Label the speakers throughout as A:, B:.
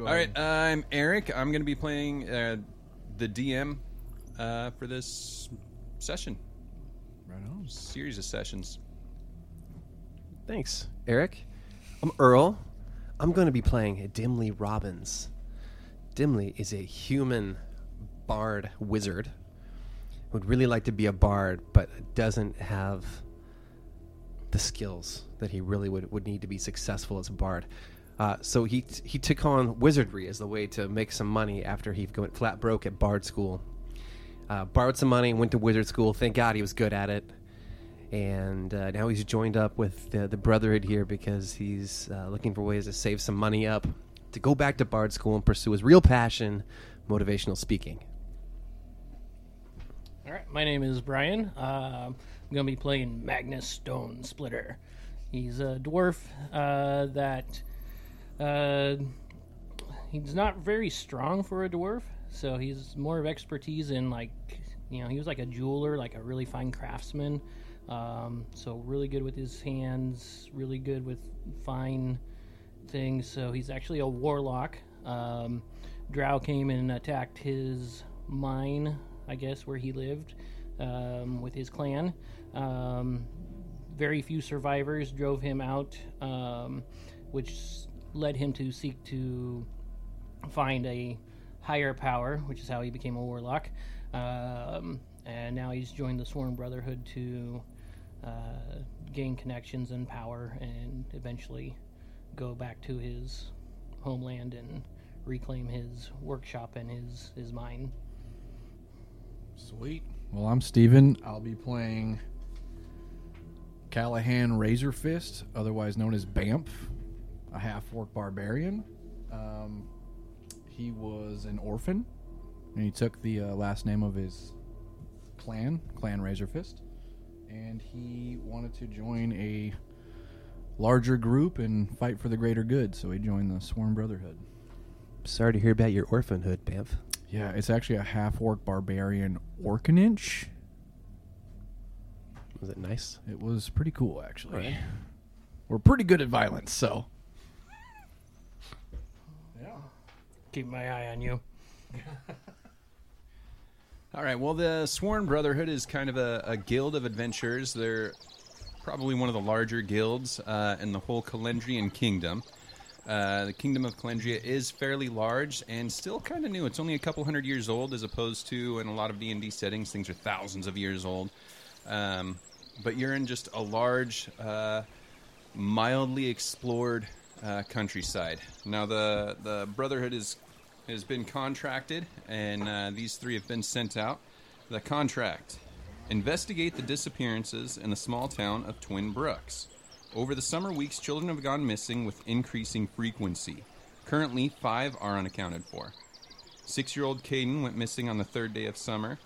A: All right, I'm Eric. I'm going to be playing uh, the DM uh, for this session,
B: Right on.
A: series of sessions.
C: Thanks, Eric. I'm Earl. I'm going to be playing Dimly Robbins. Dimly is a human bard wizard. Would really like to be a bard, but doesn't have the skills that he really would, would need to be successful as a bard. Uh, so he he took on wizardry as the way to make some money after he went flat broke at bard school. Uh, borrowed some money, went to wizard school. Thank God he was good at it and uh, now he's joined up with the, the Brotherhood here because he's uh, looking for ways to save some money up to go back to Bard School and pursue his real passion, motivational speaking.
D: All right, my name is Brian. Uh, I'm going to be playing Magnus Stone Splitter. He's a dwarf uh, that uh, he's not very strong for a dwarf, so he's more of expertise in like you know he was like a jeweler, like a really fine craftsman. Um, so really good with his hands, really good with fine things. So he's actually a warlock. Um, Drow came and attacked his mine, I guess, where he lived um, with his clan. Um, very few survivors drove him out, um, which led him to seek to find a higher power, which is how he became a warlock. Um, and now he's joined the Sworn Brotherhood to uh, gain connections and power and eventually go back to his homeland and reclaim his workshop and his, his mine.
B: Sweet. Well, I'm Steven. I'll be playing Callahan Razor Fist, otherwise known as Bamf, a half orc barbarian. Um, he was an orphan, and he took the uh, last name of his clan, Clan Razor Fist, and he wanted to join a larger group and fight for the greater good, so he joined the Sworn Brotherhood.
C: Sorry to hear about your orphanhood, Bamf.
B: Yeah, it's actually a half orc barbarian orcinage.
C: Was it nice?
B: It was pretty cool, actually. We're pretty good at violence, so. yeah.
D: Keep my eye on you.
A: All right, well, the Sworn Brotherhood is kind of a, a guild of adventurers. They're probably one of the larger guilds uh, in the whole Calendrian kingdom. Uh, the kingdom of Calendria is fairly large and still kind of new. It's only a couple hundred years old, as opposed to in a lot of D and D settings, things are thousands of years old. Um, but you're in just a large, uh, mildly explored uh, countryside. Now the the Brotherhood is has been contracted, and uh, these three have been sent out. The contract: investigate the disappearances in the small town of Twin Brooks. Over the summer weeks, children have gone missing with increasing frequency. Currently, five are unaccounted for. Six year old Caden went missing on the third day of summer.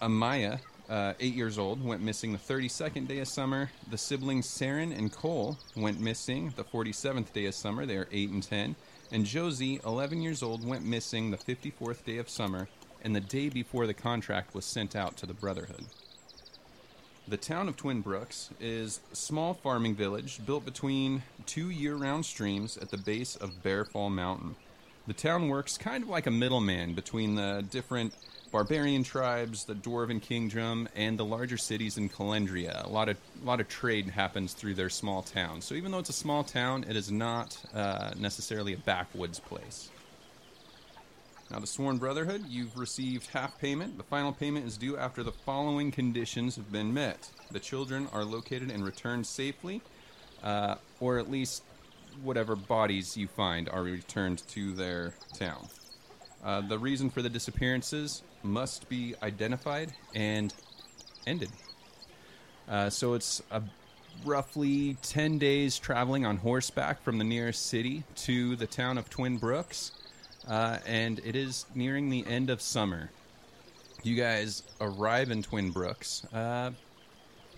A: Amaya, uh, eight years old, went missing the 32nd day of summer. The siblings Saren and Cole went missing the 47th day of summer. They are 8 and 10. And Josie, 11 years old, went missing the 54th day of summer and the day before the contract was sent out to the Brotherhood. The town of Twin Brooks is a small farming village built between two year round streams at the base of Bear Fall Mountain. The town works kind of like a middleman between the different barbarian tribes, the dwarven kingdom, and the larger cities in Calendria. A lot of a lot of trade happens through their small town. So even though it's a small town, it is not uh, necessarily a backwoods place. Now, the Sworn Brotherhood, you've received half payment. The final payment is due after the following conditions have been met. The children are located and returned safely, uh, or at least whatever bodies you find are returned to their town. Uh, the reason for the disappearances must be identified and ended. Uh, so it's a, roughly 10 days traveling on horseback from the nearest city to the town of Twin Brooks, uh, and it is nearing the end of summer. You guys arrive in Twin Brooks uh,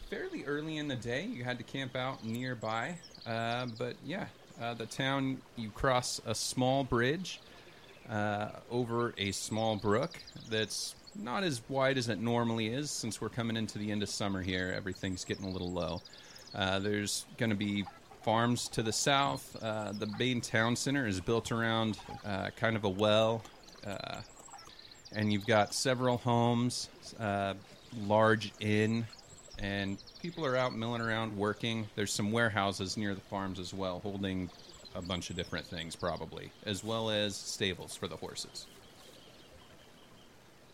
A: fairly early in the day. You had to camp out nearby, uh, but yeah, uh, the town you cross a small bridge uh, over a small brook that's not as wide as it normally is since we're coming into the end of summer here. Everything's getting a little low. Uh, there's going to be farms to the south. Uh, the main town center is built around uh, kind of a well, uh, and you've got several homes, uh, large inn, and people are out milling around working. There's some warehouses near the farms as well, holding a bunch of different things, probably, as well as stables for the horses.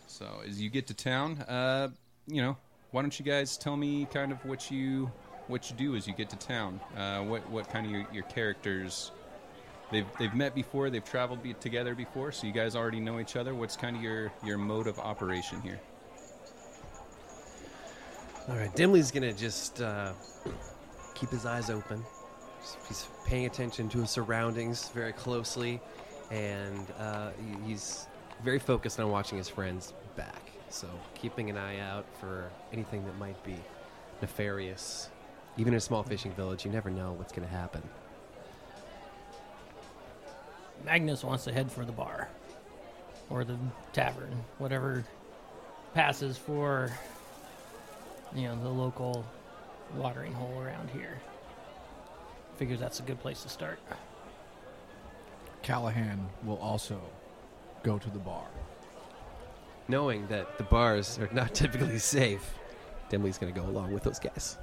A: So as you get to town, uh, you know, why don't you guys tell me kind of what you what you do as you get to town? Uh, what what kind of your, your characters? They've they've met before. They've traveled be, together before, so you guys already know each other. What's kind of your your mode of operation here?
C: All right, Dimly's gonna just uh, keep his eyes open. Just- He's paying attention to his surroundings very closely, and uh, he- he's very focused on watching his friends back. So, keeping an eye out for anything that might be nefarious. Even in a small fishing village, you never know what's gonna happen.
D: Magnus wants to head for the bar or the tavern, whatever passes for you know the local watering hole around here. Figures that's a good place to start.
B: Callahan will also go to the bar.
C: Knowing that the bars are not typically safe, Dimly's gonna go along with those guys.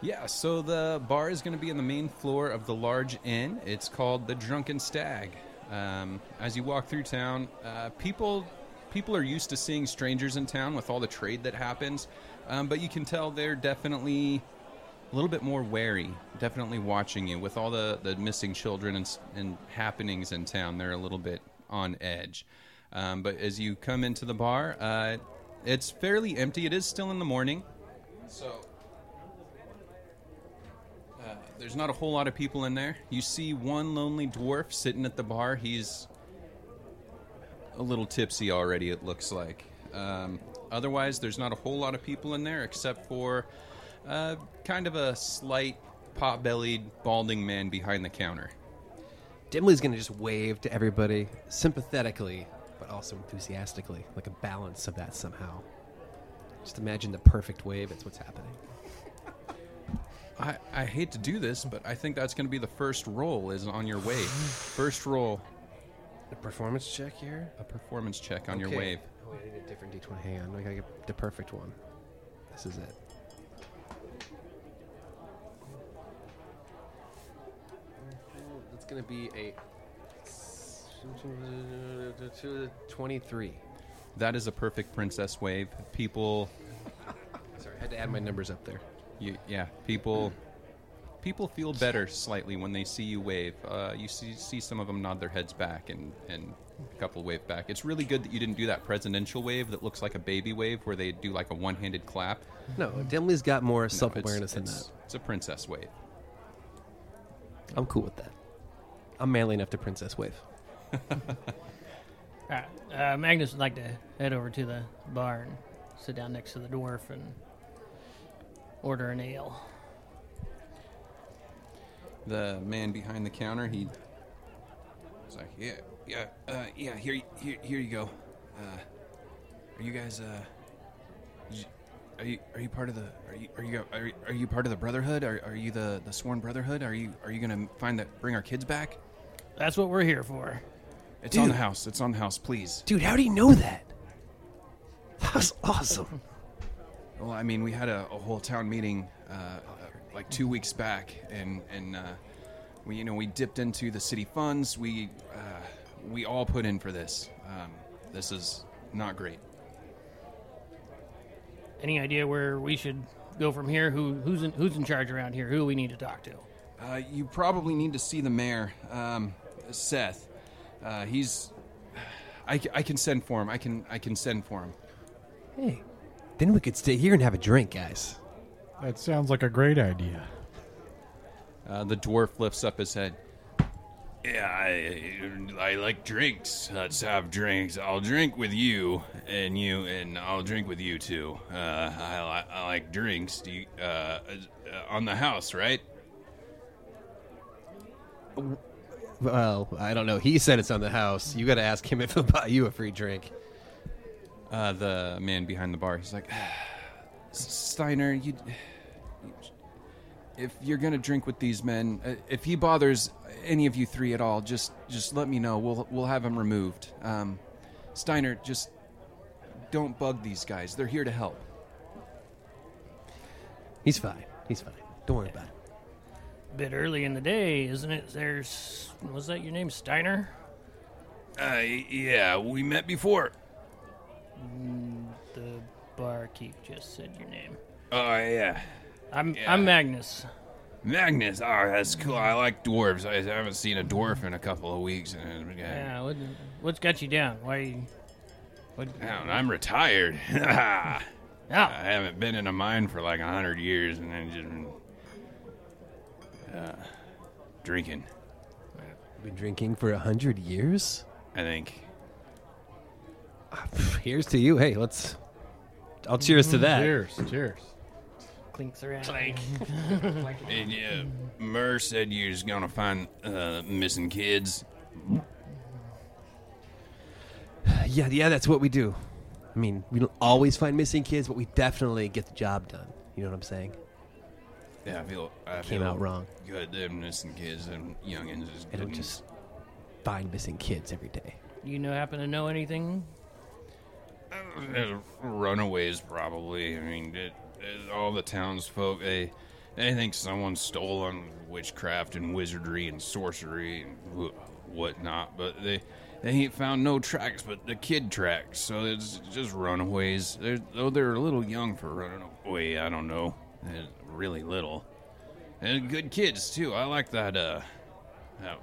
A: Yeah, so the bar is going to be on the main floor of the large inn. It's called the Drunken Stag. Um, as you walk through town, uh, people people are used to seeing strangers in town with all the trade that happens, um, but you can tell they're definitely a little bit more wary. Definitely watching you with all the the missing children and, s- and happenings in town. They're a little bit on edge. Um, but as you come into the bar, uh, it's fairly empty. It is still in the morning, so there's not a whole lot of people in there. You see one lonely dwarf sitting at the bar. He's a little tipsy already, it looks like. Um, otherwise, there's not a whole lot of people in there except for uh, kind of a slight pot bellied, balding man behind the counter.
C: Dimly's gonna just wave to everybody sympathetically, but also enthusiastically, like a balance of that somehow. Just imagine the perfect wave. It's what's happening.
A: I, I hate to do this, but I think that's going to be the first roll is on your wave. First roll,
C: The performance check here.
A: a performance check on your wave.
C: Oh, wait, I need a different D20. Hang on, I gotta get the perfect one. This is it. That's gonna be a twenty-three.
A: That is a perfect princess wave. People
C: Sorry, I had to add my numbers up there.
A: You, yeah, people people feel better slightly when they see you wave. Uh, you see, see some of them nod their heads back and, and a couple wave back. It's really good that you didn't do that presidential wave that looks like a baby wave where they do like a one handed clap.
C: No, Dimly's got more
A: No,
C: self
A: it's-
C: awareness than
A: it's-
C: that.
A: It's a princess wave.
C: I'm cool with that. I'm manly enough to princess wave.
D: All right, uh, Magnus would like to head over to the bar and sit down next to the dwarf and order an ale.
A: The man behind the counter, he. He's like, yeah, yeah, uh, yeah. Here, y- here, here you go. Uh, are you guys? Uh, y- are you are you part of the? Are you are you go- are, you- are you part of the brotherhood? Are, are you the the sworn brotherhood? Are you are you gonna find that bring our kids back?
D: That's what we're here for.
A: It's on the house. It's on the house. Please.
C: Dude, how do you know that? That was awesome.
A: Well, I mean, we had a, a whole town meeting uh, uh, like two weeks back, and and uh, we you know we dipped into the city funds. We uh, we all put in for this. Um, this is not great.
D: Any idea where we should go from here? Who who's in, who's in charge around here? Who do we need to talk to?
A: Uh, you probably need to see the mayor, um, Seth. Uh, he's. I, c- I can send for him. I can I can send for him.
C: Hey, then we could stay here and have a drink, guys.
E: That sounds like a great idea.
A: Uh, the dwarf lifts up his head. Yeah, I, I like drinks. Let's have drinks. I'll drink with you and you, and I'll drink with you too. Uh, I, li- I like drinks. Do you, uh, uh, on the house, right?
C: Well, I don't know. He said it's on the house. You got to ask him if he'll buy you a free drink.
A: Uh, the
F: um,
A: man behind the bar, he's like, "S- Steiner, you,
F: if you're gonna drink with these men, uh, if he bothers any of you three at all, just just let me know. We'll we'll have him removed. Um, Steiner, just don't bug these guys. They're here to help.
C: He's fine. He's fine. Don't worry about it.
D: Bit early in the day, isn't it? There's was that your name, Steiner?
F: Uh, yeah, we met before.
D: The barkeep just said your name.
F: Oh yeah,
D: I'm I'm Magnus.
F: Magnus. Oh, that's cool. I like dwarves. I haven't seen a dwarf in a couple of weeks. And, uh,
D: Yeah, what, what's got you down? Why? you- What?
F: I'm retired. I
D: Ah,
F: haven't been in a mine for like a hundred years, and then just been, uh, drinking.
C: Been drinking for a hundred years.
F: I think.
C: Here's to you. Hey, let's. I'll cheers
A: Mm,
C: to that.
G: Cheers. Cheers.
D: clinks around.
F: And, uh, Murr said you was gonna find uh, missing kids.
C: Yeah, yeah, that's what we do. I mean, we don't always find missing kids, but we definitely get the job done. You know what I'm saying?
F: Yeah, I feel I
C: Came
F: feel
C: out wrong.
F: Good, them missing kids, them youngins is
C: I don't
A: Mm-hmm.
F: getting-
C: just find missing kids every day.
D: You know, happen to know anything?
F: Uh, runaways probably. I mean, it, it- all the townsfolk they they think someone stole on witchcraft and wizardry and sorcery and wh- whatnot, but they they ain't found no tracks but the kid tracks. So it's just runaways. They're, though they're a little young for running away. I don't know, They're really little. And good kids too. I like that. Uh, that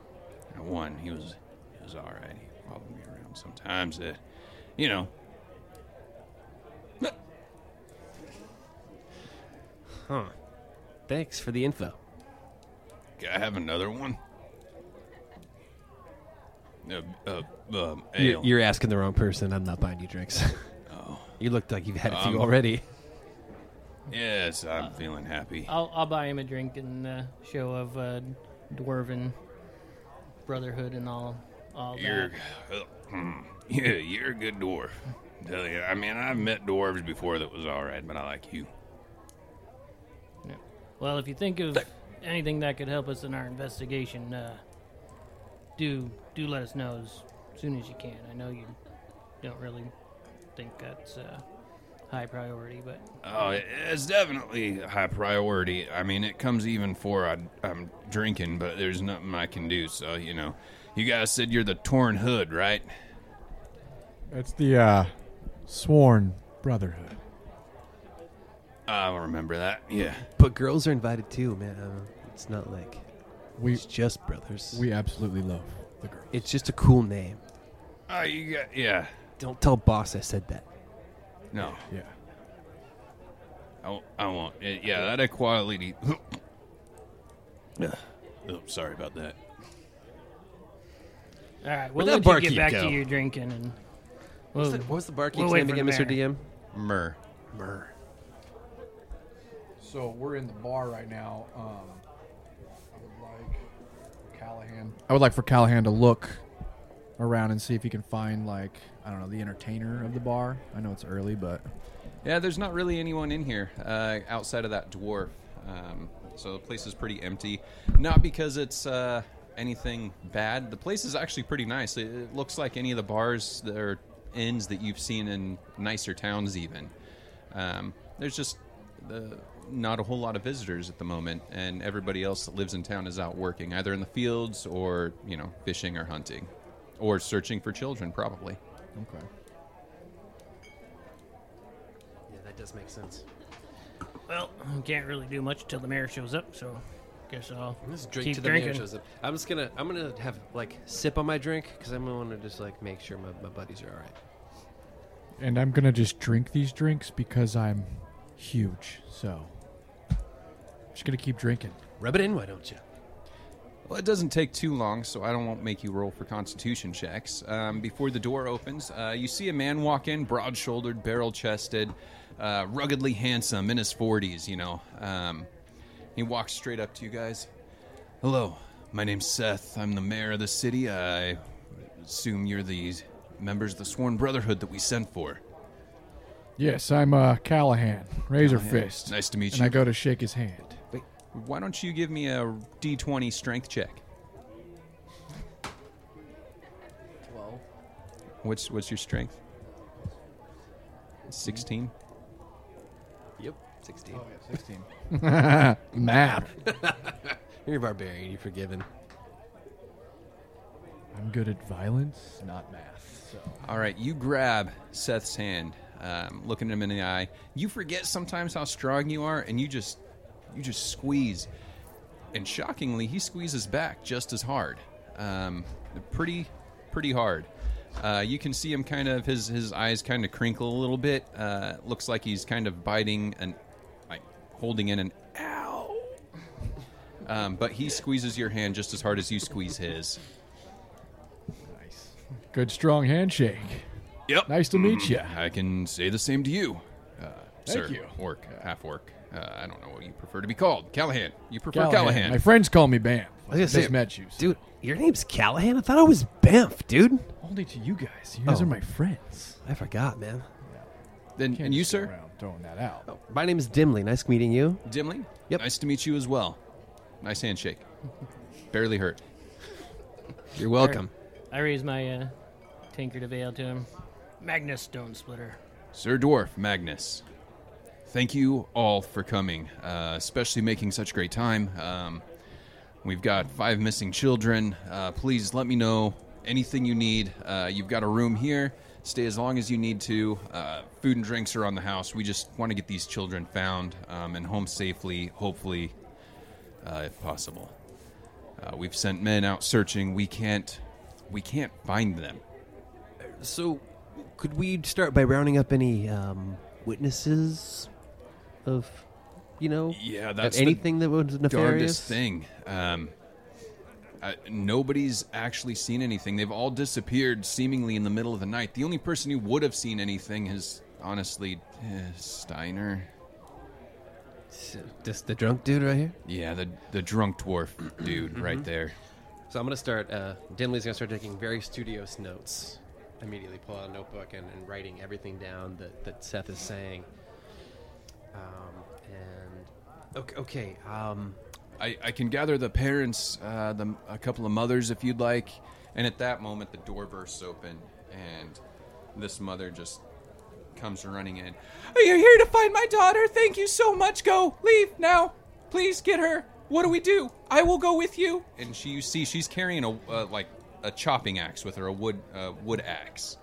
F: that one. He was he was all right. He followed me around sometimes. Uh, you know,
C: Thanks for the info.
F: Can I have another one? Uh, uh, um, ale.
C: You're, you're asking the wrong person. I'm not buying you drinks. You looked like you've had a few
F: Um,
C: already.
F: yes, I'm feeling happy.
D: I'll I'll buy him a drink in the show of uh, dwarven brotherhood and all all
F: you're,
D: that.
F: uh, mm, yeah, you're a good dwarf. Tell you, I mean, I've met dwarves before that was all right, but I like you.
D: Well, if you think of anything that could help us in our investigation, uh, do do let us know as soon as you can. I know you don't really think that's uh, high priority, but
F: Oh, it- it's definitely a high priority. I mean, it comes even for I, I'm drinking, but there's nothing I can do. So you know, you guys said you're the torn hood, right?
G: That's the uh, sworn brotherhood.
F: I remember that. Yeah.
C: But girls are invited too, man. Um, It's not like
B: We
C: it's just brothers.
B: we absolutely love the girl.
C: it's just a cool name.
F: Oh, you got yeah.
C: Don't tell boss I said that.
F: No,
B: Yeah.
F: I, I won't. Uh, yeah, that equality. oh, sorry about that.
D: all right, we'll
C: that
D: let you
C: barkeep
D: get back
C: go?
D: to your drinking and
C: What's
D: we'll,
C: the, what was the barkeep's
D: we'll wait
C: name
D: for
C: again,
D: the
C: Mr.
D: mayor.
C: DM?
F: Myrrh.
C: Murr.
B: So we're in the bar right now. Um, I would like Callahan. I would like for Callahan to look around and see if he can find like I don't know the entertainer of the bar. I know it's early, but
F: Yeah, there's not really anyone in here uh, outside of that dwarf. Um, so the place is pretty empty. Not because it's uh, anything bad. The place is actually pretty nice. It, it looks like any of the bars that are inns that you've seen in nicer towns, even. Um, there's just uh, not a whole lot of visitors at the moment, and everybody else that lives in town is out working, either in the fields or you know fishing or hunting, or searching for children, probably.
B: okay.
C: Yeah, that does make sense.
D: well, can't really do much till the mayor shows up. So, guess I'll
C: I'm just drink
D: keep
C: to the
D: drinking.
C: mayor shows up. I'm just gonna I'm gonna have like sip on my drink because I'm gonna want to just like make sure my, my buddies are all right.
G: And I'm gonna just drink these drinks because I'm huge. So just gonna keep drinking.
C: Rub it in, why don't you?
F: Well, it doesn't take too long, so I don't won't make you roll for Constitution checks. Um, before the door opens, uh, you see a man walk in, broad-shouldered, barrel-chested, uh, ruggedly handsome, in his forties. You know, um, he walks straight up to you guys. Hello, my name's Seth. I'm the mayor of the city. I assume you're the members of the sworn brotherhood that we sent for.
G: Yes, I'm uh, Callahan, Razor Fist.
F: Nice to meet
G: and
F: you.
G: I go to shake his hand.
C: Wait,
F: Why don't you give me a d20 strength check?
H: Twelve.
F: What's what's your strength? 16.
C: Yep, 16.
H: Oh yeah, sixteen.
B: Math.
C: You're a barbarian, you're forgiven.
B: I'm good at violence.
H: Not math. So
F: All right, you grab Seth's hand, um, looking him in the eye. You forget sometimes how strong you are, and you just you just squeeze. And shockingly, he squeezes back just as hard, um, pretty pretty hard. Uh, you can see him kind of his his eyes kind of crinkle a little bit. Uh, looks like he's kind of biting and like holding in an ow. Um, but he squeezes your hand just as hard as you squeeze his.
H: nice.
B: Good strong handshake.
F: Yep.
B: Nice to meet you.
F: I can say the same to you, uh, sir.
B: you.
F: Orc, half orc. Uh, I don't know what you prefer to be called. Callahan. You prefer
B: Callahan.
F: Callahan.
B: My friends call me Bam. I,
C: was gonna
B: just
C: say-
B: met you. so-
C: Dude, your name's Callahan? I thought I was Banff, dude.
B: Only to you guys. You guys
C: Oh.
B: are my friends.
C: I forgot, man.
F: Then,
B: Can't
F: and you,
B: just go
F: sir,
B: around throwing that out.
C: Oh, My name is Dimly. Nice meeting you.
F: Dimly.
C: Yep.
F: Nice to meet you as well. Nice handshake. Barely hurt. You're welcome,
D: I raise my uh, tankard of ale to him. Magnus Stone Splitter.
F: Sir Dwarf Magnus. Thank you all for coming, uh, especially making such great time. Um, we've got five missing children. Uh, please let me know anything you need. Uh, you've got a room here. Stay as long as you need to. Uh, food and drinks are on the house. We just want to get these children found um, and home safely, hopefully, uh, if possible. Uh, we've sent men out searching. We can't. We can't find them.
C: So, could we start by rounding up any um, witnesses of, you know,
F: Yeah,
C: of
F: that's the-
C: anything that was nefarious?
F: darndest thing. Um, I, nobody's actually seen anything. They've all disappeared, seemingly in the middle of the night. The only person who would have seen anything is honestly eh, Steiner.
C: Just the drunk dude right here.
F: Yeah, the the drunk dwarf dude right there.
C: So I'm gonna start. Uh, Dimly's gonna start taking very studious notes. Immediately pull out a notebook and, and writing everything down that, that Seth is saying. Um, and okay, okay. Um,
F: I, I can gather the parents, uh, the, a couple of mothers if you'd like. And at that moment, the door bursts open, and this mother just comes running in. You're here to find my daughter. Thank you so much. Go, leave now. Please get her. What do we do? I will go with you. And she, you see, she's carrying a uh, like a chopping axe with her, a wood uh, wood axe.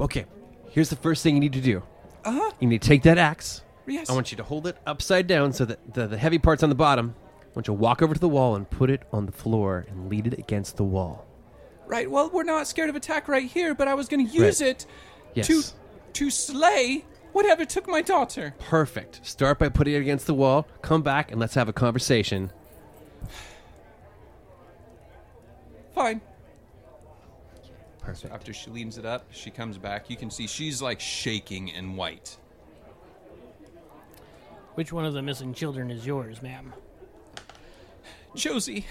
C: okay, here's the first thing you need to do. Uh huh. You need to take that axe.
F: Uh-huh. Yes.
C: I want you to hold it upside down so that the, the heavy part's on the bottom. I want you to walk over to the wall and put it on the floor and lean it against the wall.
F: Right. Well, we're not scared of attack right here, but I was going to
C: use Right.
F: it
C: Yes. to-
F: to slay whatever took my daughter.
C: Perfect. Start by putting it against the wall. Come back and let's have a conversation.
F: Fine.
C: Perfect.
F: After she leans it up, she comes back. You can see she's like shaking and white.
D: Which one of the missing children is yours, ma'am?
F: Josie,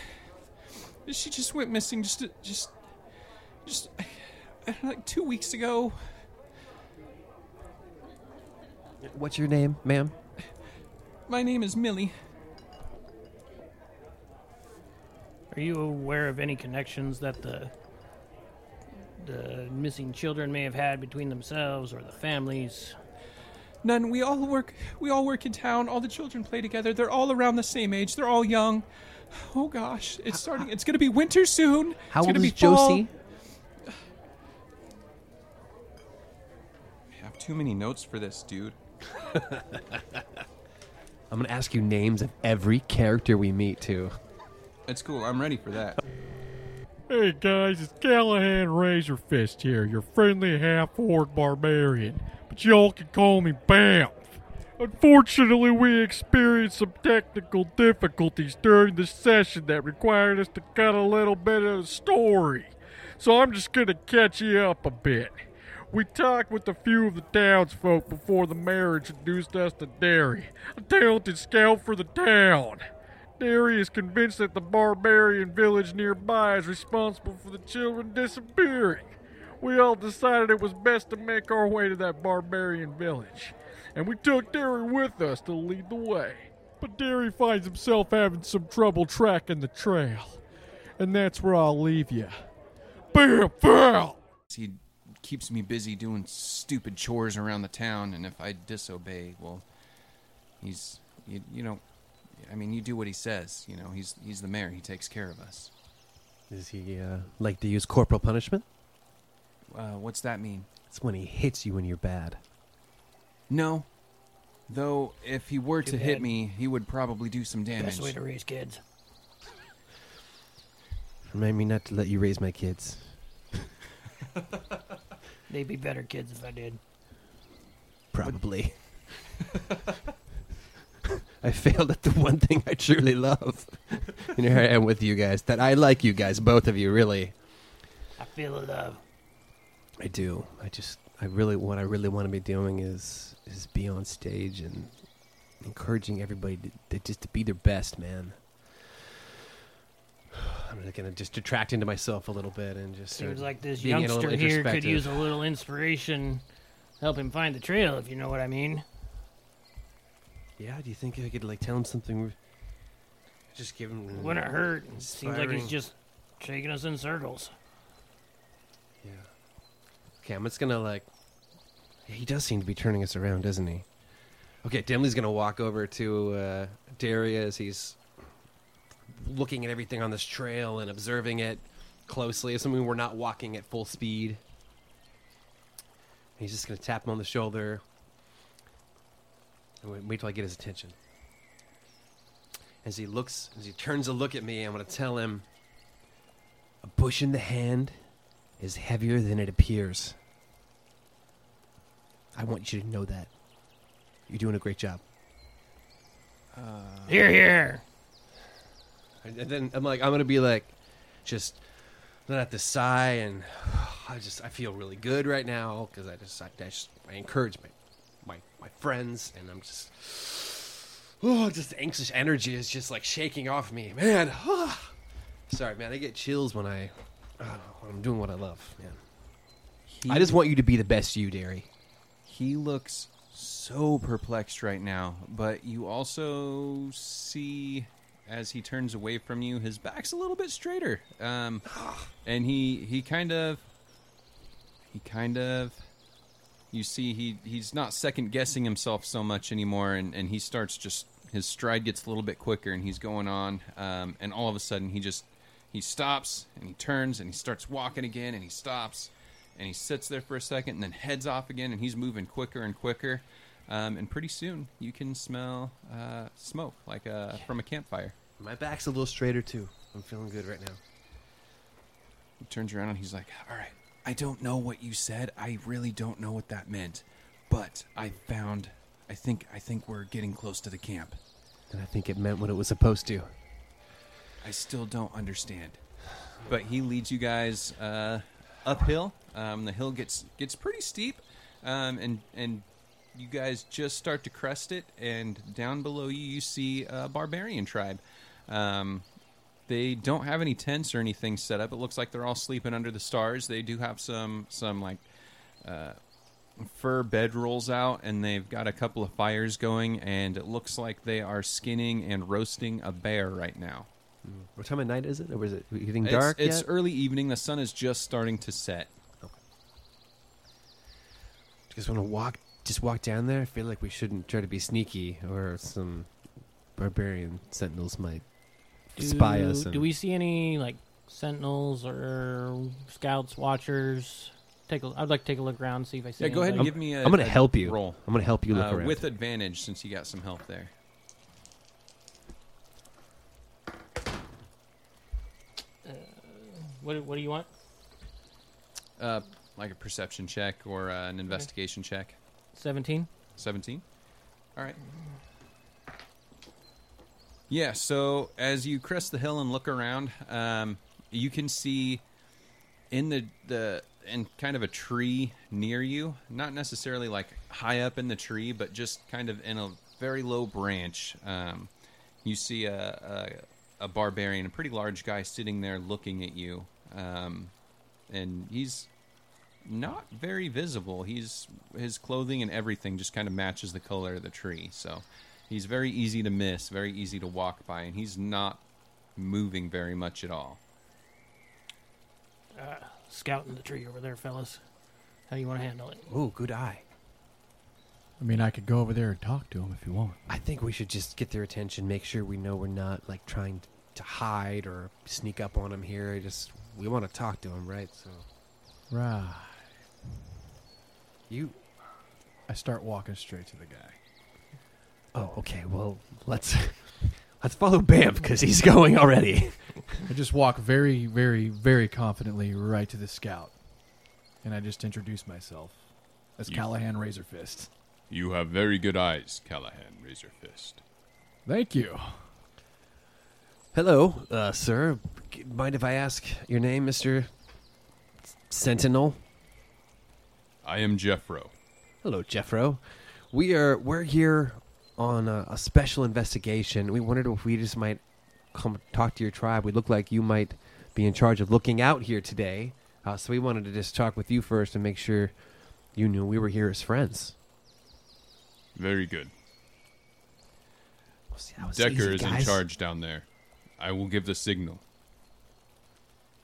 F: she just went missing just just just like two weeks ago.
C: What's your name, ma'am?
F: My name is Millie.
D: Are you aware of any connections that the the missing children may have had between themselves or the families?
F: None. We all work. We all work in town. All the children play together. They're all around the same age. They're all young. Oh gosh, it's starting. It's gonna be winter soon.
C: How
F: it's
C: old
F: gonna
C: is
F: be fall.
C: Josie?
F: I have too many notes for this, dude.
C: I'm going to ask you names of every character we meet, too.
F: It's cool. I'm ready for that.
B: Hey guys, it's Callahan Razorfist here, your friendly half orc barbarian. But y'all can call me Bamf. Unfortunately, we experienced some technical difficulties during the session that required us to cut a little bit of the story. So I'm just gonna catch you up a bit. We talked with a few of the townsfolk before the mayor introduced us to Derry, a talented scout for the town. Derry is convinced that the barbarian village nearby is responsible for the children disappearing. We all decided it was best to make our way to that barbarian village, and we took Derry with us to lead the way. but Derry finds himself having some trouble tracking the trail. And that's where I'll leave you. Bamf out!
F: He keeps me busy doing stupid chores around the town, and if I disobey, well, he's you, you know, I mean, you do what he says. You know, he's he's the mayor. He takes care of us.
C: Does he uh, like to use corporal punishment?
F: Uh, what's that mean?
C: It's when he hits you when you're bad.
F: No. Though, if he were to hit
D: bad.
F: me, he would probably do some damage.
D: Best way to raise kids.
C: Remind me not to let you raise my kids.
D: They'd be better kids if I did.
C: Probably. I failed at the one thing I truly love. and here I am with you guys. That I like you guys, both of you, really.
D: I feel a love.
C: I do. I just, I really, what I really want to be doing is, is be on stage and encouraging everybody to, to just to be their best, man. I'm just gonna just detract into myself a little bit and just start
D: Seems like this
C: being a little
D: youngster here could
C: introspective.
D: use a little inspiration. Help him find the trail, if you know what I mean.
C: Yeah, do you think I could like tell him something? Just give him.
D: It wouldn't hurt. It seems like
C: Mm-hmm. Inspiring.
D: he's just shaking us in circles.
C: Yeah. Okay, I'm just gonna like. He does seem to be turning us around, doesn't he? Okay, Dimley's gonna walk over to uh, Daria as he's looking at everything on this trail and observing it closely. Assuming we're not walking at full speed. He's just gonna tap him on the shoulder. And wait, wait till I get his attention. As he looks, as he turns to look at me, I'm gonna tell him. A bush in the hand is heavier than it appears. I want you to know that. You're doing a great job.
D: Here, here.
C: And then I'm like, I'm gonna be like, just let out this sigh, and I just I feel really good right now because I just I, I just I encourage my, my my friends, and I'm just oh, just the anxious energy is just like shaking off me, man. Sorry, man, I get chills when I uh, when I'm doing what I love, man. I just want you to be the best you, Derry.
F: He looks so perplexed right now, but you also see as he turns away from you, his back's a little bit straighter. Um, and he he kind of he kind of you see he he's not second guessing himself so much anymore, and and he starts just his stride gets a little bit quicker, and he's going on, um, and all of a sudden he just he stops and he turns and he starts walking again, and he stops and he sits there for a second and then heads off again and he's moving quicker and quicker um, and pretty soon you can smell uh, smoke like uh from a campfire
C: My back's a little straighter too. I'm feeling good right now.
F: he turns around and he's like all right i don't know what you said i really don't know what that meant but i found i think i think we're getting close to the camp
C: And I think it meant what it was supposed to.
F: i still don't understand but he leads you guys uh, uphill um, the hill gets gets pretty steep um, and and you guys just start to crest it, and down below you, you see a barbarian tribe. Um, they don't have any tents or anything set up. It looks like they're all sleeping under the stars. They do have some some like uh, fur bedrolls out, and they've got a couple of fires going. And it looks like they are skinning and roasting a bear right now.
C: What time of night is it? Or is it getting
F: It's-
C: dark
F: It's,
C: yet?
F: early evening. The sun is just starting to set.
C: just want to walk, just walk down there. I feel like we shouldn't try to be sneaky, or some barbarian sentinels might spy us. And
D: Do we see any like sentinels or scouts, watchers? Take. A, I'd like to take a look around, see if I see.
F: Yeah, go ahead and
D: anybody.
F: give me a.
C: I'm gonna
F: a
C: help you.
F: Roll
C: I'm gonna help you look
F: uh,
C: around.
F: with advantage since you got some help there.
D: What, what do you want?
F: Uh, like a perception check or uh, an investigation check.
D: Seventeen.
F: 17. All right. Yeah, so as you crest the hill and look around, um, you can see in the, the in kind of a tree near you, not necessarily like high up in the tree, but just kind of in a very low branch, um, you see a, a, a barbarian, a pretty large guy sitting there looking at you. Um, and he's not very visible. He's his clothing and everything just kind of matches the color of the tree, so
A: He's very easy to miss, very easy to walk by, and he's not moving very much at all.
D: Scouting the tree over there, fellas. How you want to handle it?
C: Ooh, good eye.
B: I mean, I could go over there and talk to him if you want.
C: I think we should just get their attention, make sure we know we're not like trying to hide or sneak up on them here. Just we want to talk to them, right? So
B: Right.
C: you.
B: I start walking straight to the guy.
C: Oh, okay. Well, let's let's follow Bamp because he's going already.
B: I just walk very, very, very confidently right to the scout, and I just introduce myself as
A: You-
B: Callahan Razorfist.
A: You have very good eyes, Callahan Razor Fist.
B: Thank you.
C: Hello, uh, sir. G- Mind if I ask your name, Mister Sentinel?
A: I am Jeffro.
C: Hello, Jeffro. We are we're here on a, a special investigation. We wondered if we just might come talk to your tribe. We look like you might be in charge of looking out here today, uh, so we wanted to just talk with you first and make sure you knew we were here as friends.
A: Very good.
C: See, that was
A: Decker
C: easy,
A: is in
C: guys.
A: charge down there. I will give the signal.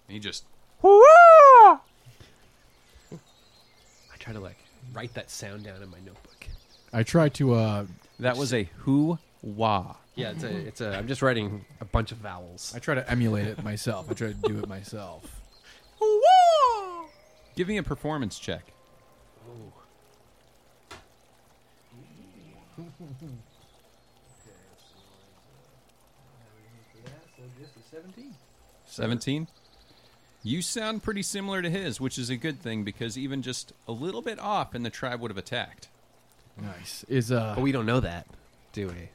A: He just
C: I try to like write that sound down in my notebook.
B: I try to. uh
A: That was a who wah.
C: Yeah, it's a it's a. I'm just writing a bunch of vowels.
B: I try to emulate it myself. I try to do it myself.
A: Give me a performance check. Seventeen. You sound pretty similar to his, which is a good thing because even just a little bit off, and the tribe would have attacked.
B: Nice. Is uh.
C: But we don't know that, do we?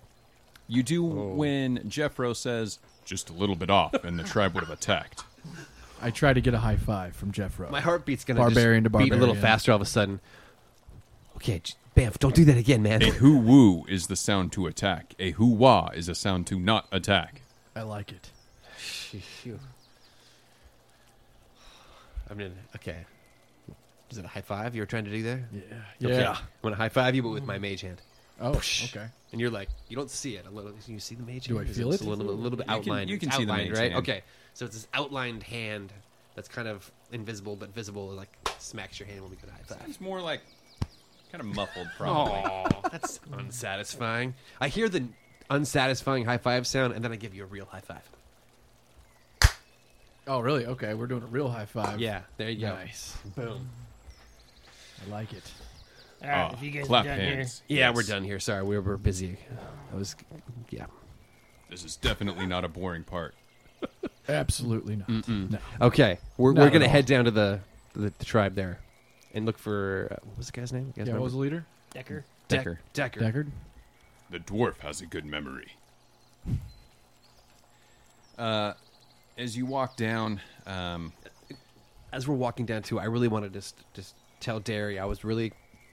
A: You do when Jeffro says just a little bit off, and the tribe would have attacked.
B: I try to get a high five from Jeffro.
C: My heartbeat's gonna
B: Barbarian
C: just
B: to
C: beat a little
B: barbarian.
C: faster all of a sudden. Okay, j- Banff, don't do that again, man.
A: A who woo is the sound to attack. A who wah is a sound to not attack.
B: I like it.
C: I mean, okay. Is it a high five you were trying to do there?
B: Yeah.
C: Okay.
B: Yeah.
C: I'm gonna high five you, but with my mage hand.
B: Oh. Okay.
C: And you're like, you don't see it a little. You see the mage
B: Do
C: hand?
B: I
C: Is
B: feel
C: just
B: it?
C: A little, a little bit
A: You can-
C: outlined.
A: you can
C: It's
A: see the
C: outlined,
A: mage
C: right?
A: hand.
C: Okay. So it's this outlined hand that's kind of invisible but visible. Like smacks your hand when we go to high five.
A: It's more like kind of muffled, probably.
C: That's unsatisfying. I hear the unsatisfying high five sound, and then I give you a real high five.
B: Oh, really? Okay. We're doing a real high five.
C: Yeah, there you go.
B: Nice.
C: Boom.
B: I like it.
D: All right, uh, if you guys
A: Oh, clap
D: are done
A: hands.
C: Yeah,
A: Yes.
C: we're done here. Sorry, we were busy. I was, yeah.
A: This is definitely not a boring part.
B: Absolutely not. No.
C: Okay, we're,
B: Not
C: we're
B: at
C: gonna
B: all.
C: head down to the, the the tribe there, and look for uh, what's the guy's name? You guys
B: Yeah. What was the
C: remember?
B: leader?
D: here. Decker.
A: Decker.
C: Decker.
B: Deckard.
A: The dwarf has a good memory. Uh, as you walk down, um,
C: As we're walking down too, I really want to just just tell Derry I was really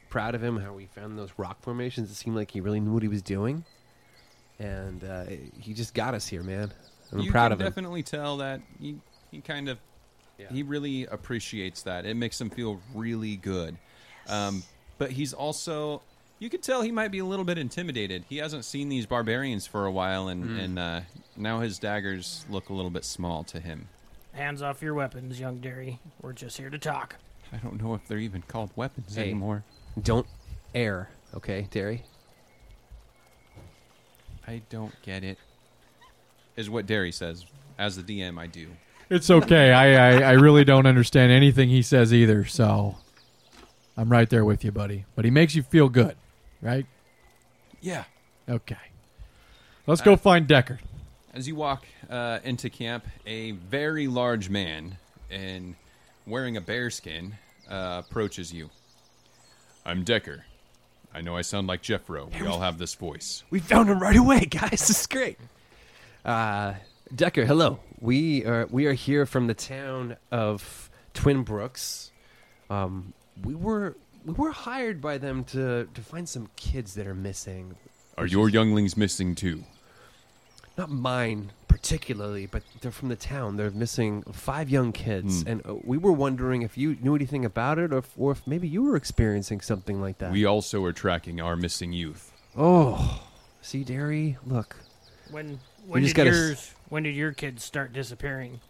C: proud of him how he found those rock formations. It seemed like he really knew what he was doing, and uh, he just got us here, man. I'm
A: you
C: proud
A: can
C: of him.
A: definitely tell that he, he kind of
C: Yeah.
A: he really appreciates that. It makes him feel really good. Um, but he's also you could tell he might be a little bit intimidated. He hasn't seen these barbarians for a while, and
C: Hmm.
A: and uh, now his daggers look a little bit small to him.
D: Hands off your weapons, young Derry. We're just here to talk.
A: I don't know if they're even called weapons
C: Hey.
A: anymore.
C: Don't air, okay, Derry.
A: I don't get it. Is what Derry says. As the DM, I do.
E: It's okay. I, I, I really don't understand anything he says either, so
B: I'm right there with you, buddy. But he makes you feel good, right?
A: Yeah.
B: Okay.
E: let's
B: Uh,
E: go find Decker.
A: As you walk uh, into camp, a very large man and wearing a bearskin uh, approaches you. I'm Decker. I know I sound like Jeffro. We all have this voice.
C: We found him right away, guys. This is great. Uh, Decker, hello. We are we are here from the town of Twin Brooks. Um, we were we were hired by them to to find some kids that are missing.
A: Are your younglings missing too?
C: Not mine particularly, but they're from the town. They're missing five young kids, and uh, we were wondering if you knew anything about it, or if, or if
D: Uh,
C: maybe you were experiencing something like that.
A: We also are tracking our missing youth.
C: oh, See, Derry, look.
D: When when
C: just
D: did
C: gotta s-
D: yours when did your kids start disappearing?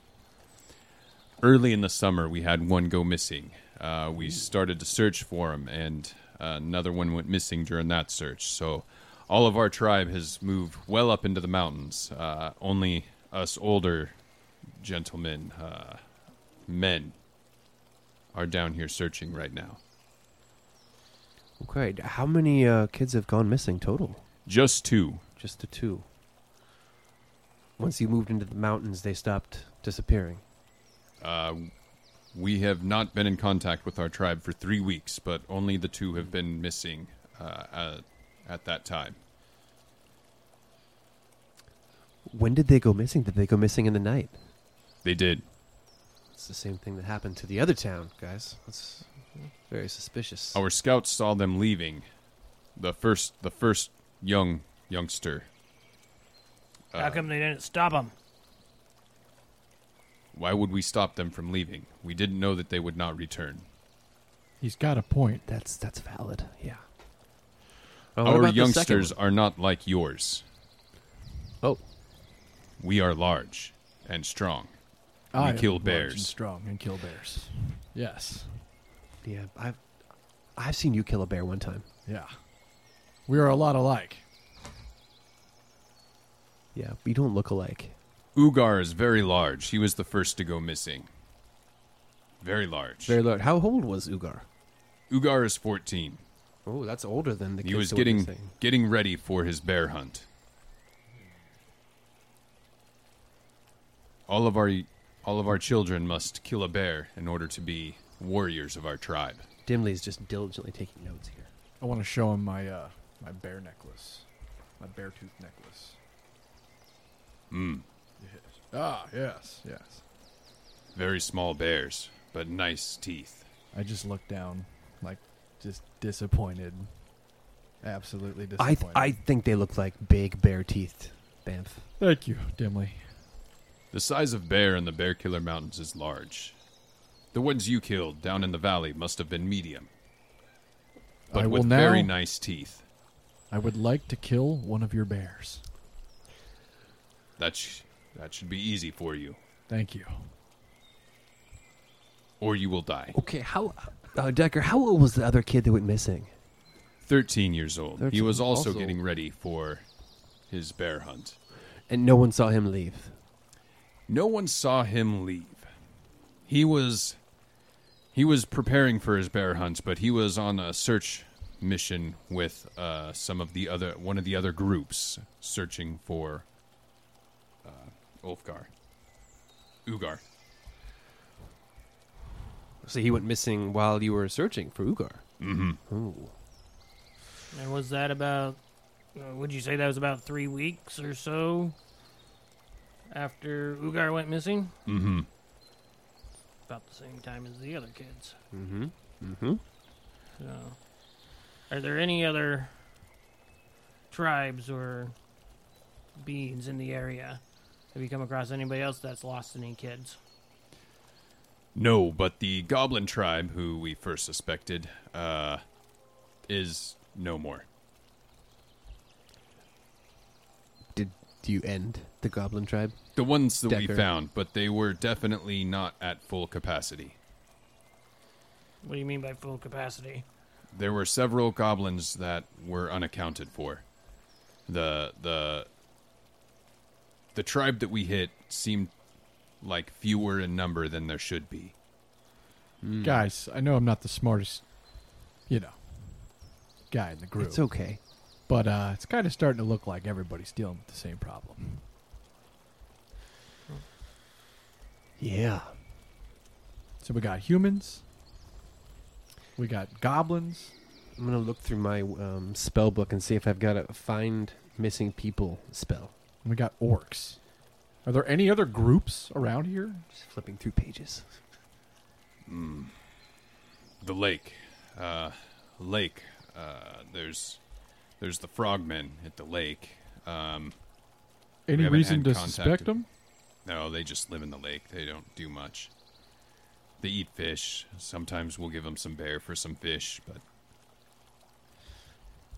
E: Early in the summer, we had one go missing. Uh, we started to search for him, and uh, another one went missing during that search. So, all of our tribe has moved well up into the mountains. Uh, only us older gentlemen, uh, men, are down here searching right now.
C: Okay, d- how many uh, kids have gone missing total?
E: Just two.
C: Just the two. Once you moved into the mountains, they stopped disappearing.
E: Uh, we have not been in contact with our tribe for three weeks, but only the two have been missing uh, at, at that time.
C: When did they go missing? Did they go missing in the night?
E: They did.
C: It's the same thing that happened to the other town, guys. That's very suspicious.
E: Our scouts saw them leaving. The first, the first young youngster.
A: Uh,
D: How come they didn't stop them?
E: Why would we stop them from leaving? We didn't know that they would not return.
I: He's got a point.
C: That's that's valid. Yeah.
E: Our youngsters are not like yours.
C: Oh,
E: We are large and strong.
B: I am
E: kill
B: large
E: bears.
B: and strong and kill bears. Yes.
C: yeah. I've I've seen you kill a bear one time.
B: Yeah. We are a lot alike.
C: Yeah, you don't look alike.
E: Ugar is very large. He was the first to go missing. Very large.
C: Very low. How old was Ugar?
E: Ugar is 14.
C: Oh, that's older than the.
E: He
C: kids
E: was
C: that were
E: getting
C: missing.
E: getting ready for his bear hunt. All of our all of our children must kill a bear in order to be warriors of our tribe.
C: Dimly is just diligently taking notes here.
B: I want to show him my uh, my bear necklace, my bear tooth necklace. Hmm. Ah, yes, yes.
E: Very small bears, but nice teeth.
B: I just looked down, like just disappointed, absolutely
C: I
B: disappointed.
C: th- I think they look like big bear teeth. Banff.
I: Thank you, Dimly.
E: The size of bear in the Bear Killer Mountains is large. The ones you killed down in the valley must have been medium, but
B: I will
E: with
B: now.
E: very nice teeth.
B: I would like to kill one of your bears.
E: That sh- that should be easy for you,
B: Thank you.
E: or you will die.
C: Okay, how uh, Decker? How old was the other kid that went missing?
E: 13 years old. He
C: 13,
E: was also,
C: also-
E: getting ready for his bear hunt.
C: And no one saw him leave.
E: No one saw him leave. He was he was preparing for his bear hunt, but he was on a search mission with uh, some of the other one of the other groups searching for uh, Ulfgar. Ugar.
C: So he went missing while you were searching for Ugar. Mm-hmm. Ooh.
D: And was that about? uh, Would you say that was about three weeks or so after Ugar went missing?
E: Mhm.
D: About the same time as the other kids.
C: Mm-hmm. Mm-hmm.
D: So, are there any other tribes or beings in the area? Have you come across anybody else that's lost any kids?
E: No, but the goblin tribe who we first suspected uh, is no more.
C: Did you end the Goblin Tribe?
E: The ones that we
C: Decker.
E: found, but they were definitely not at full capacity.
D: What do you mean by full capacity?
E: There were several goblins that were unaccounted for. The the the tribe that we hit seemed like fewer in number than there should be. Mm.
I: Guys, I know I'm not the smartest, you know, guy in the group,
C: It's okay.
I: but uh, it's kind of starting to look like everybody's dealing with the same problem.
C: Yeah.
I: So we got humans, we got goblins.
C: I'm gonna look through my um, spell book and see if I've got a find missing people spell.
I: And we got orcs. Are there any other groups around here?
C: Just flipping through pages.
E: The lake, uh, lake. Uh, there's there's the frogmen at the lake. Um,
I: Any
E: haven't
I: reason
E: had
I: to
E: contact
I: suspect
E: with-
I: them?
E: no, they just live in the lake. They don't do much. They eat fish. Sometimes we'll give them some bear for some fish, but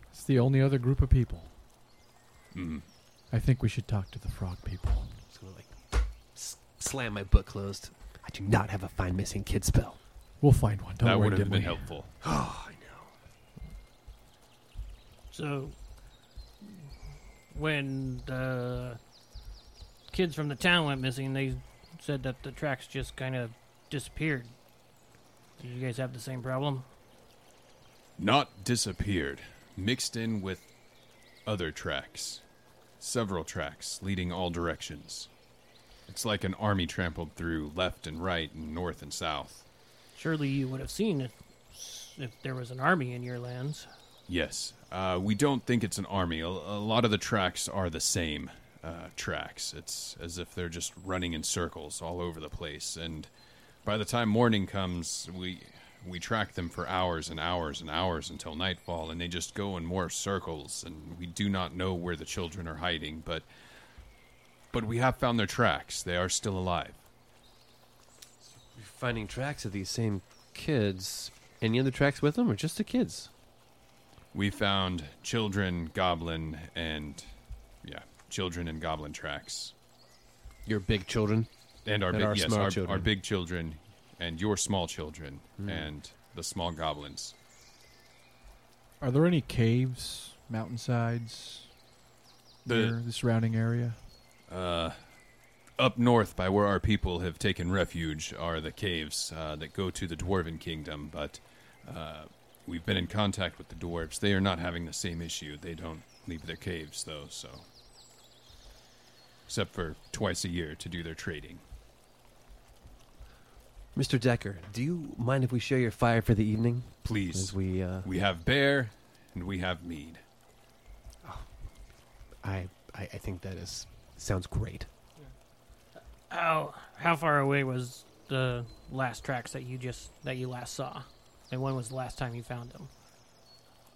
I: It's the only other group of people.
E: Hmm.
B: I think we should talk to the frog people.
C: Just gonna like s- slam my book closed. I do not have a find missing kid spell.
B: We'll find one. Don't
E: that
B: worry,
E: would have been
B: Gimli.
E: helpful.
D: So, when the kids from the town went missing, they said that the tracks just kind of disappeared. Do you guys have the same problem?
E: Not disappeared, mixed in with other tracks. Several tracks leading all directions. It's like an army trampled through left and right and north and south.
D: Surely you would have seen if, if there was an army in your lands.
E: Yes. Uh, we don't think it's an army. A, a lot of the tracks are the same uh, tracks. It's as if they're just running in circles all over the place. And by the time morning comes, we we track them for hours and hours and hours until nightfall, and they just go in more circles. And we do not know where the children are hiding, but but we have found their tracks. They are still alive.
C: You're finding tracks of these same kids. Any other tracks with them, or just the kids?
E: We found children, goblin, and yeah, children and goblin tracks.
C: Your big children.
E: and our
C: And
E: big
C: our
E: yes,
C: small
E: our, our
C: children. Mm-hmm.
E: big children, and your small children, and the small goblins.
B: Are there any caves, mountainsides,
E: The-
B: near the surrounding area?
E: Up north, by where our people have taken refuge, are the caves uh, that go to the dwarven kingdom. But uh, we've been in contact with the dwarves. They are not having the same issue. They don't leave their caves though, so except for twice a year to do their trading.
C: Mr. Decker, do you mind if we share your fire for the evening?
E: Please,
C: As
E: we,
C: we, uh,
E: have bear and we have mead.
C: I, I, I think that is sounds great.
D: How how far away was the last tracks that you just that you last saw? And when was the last time you found them?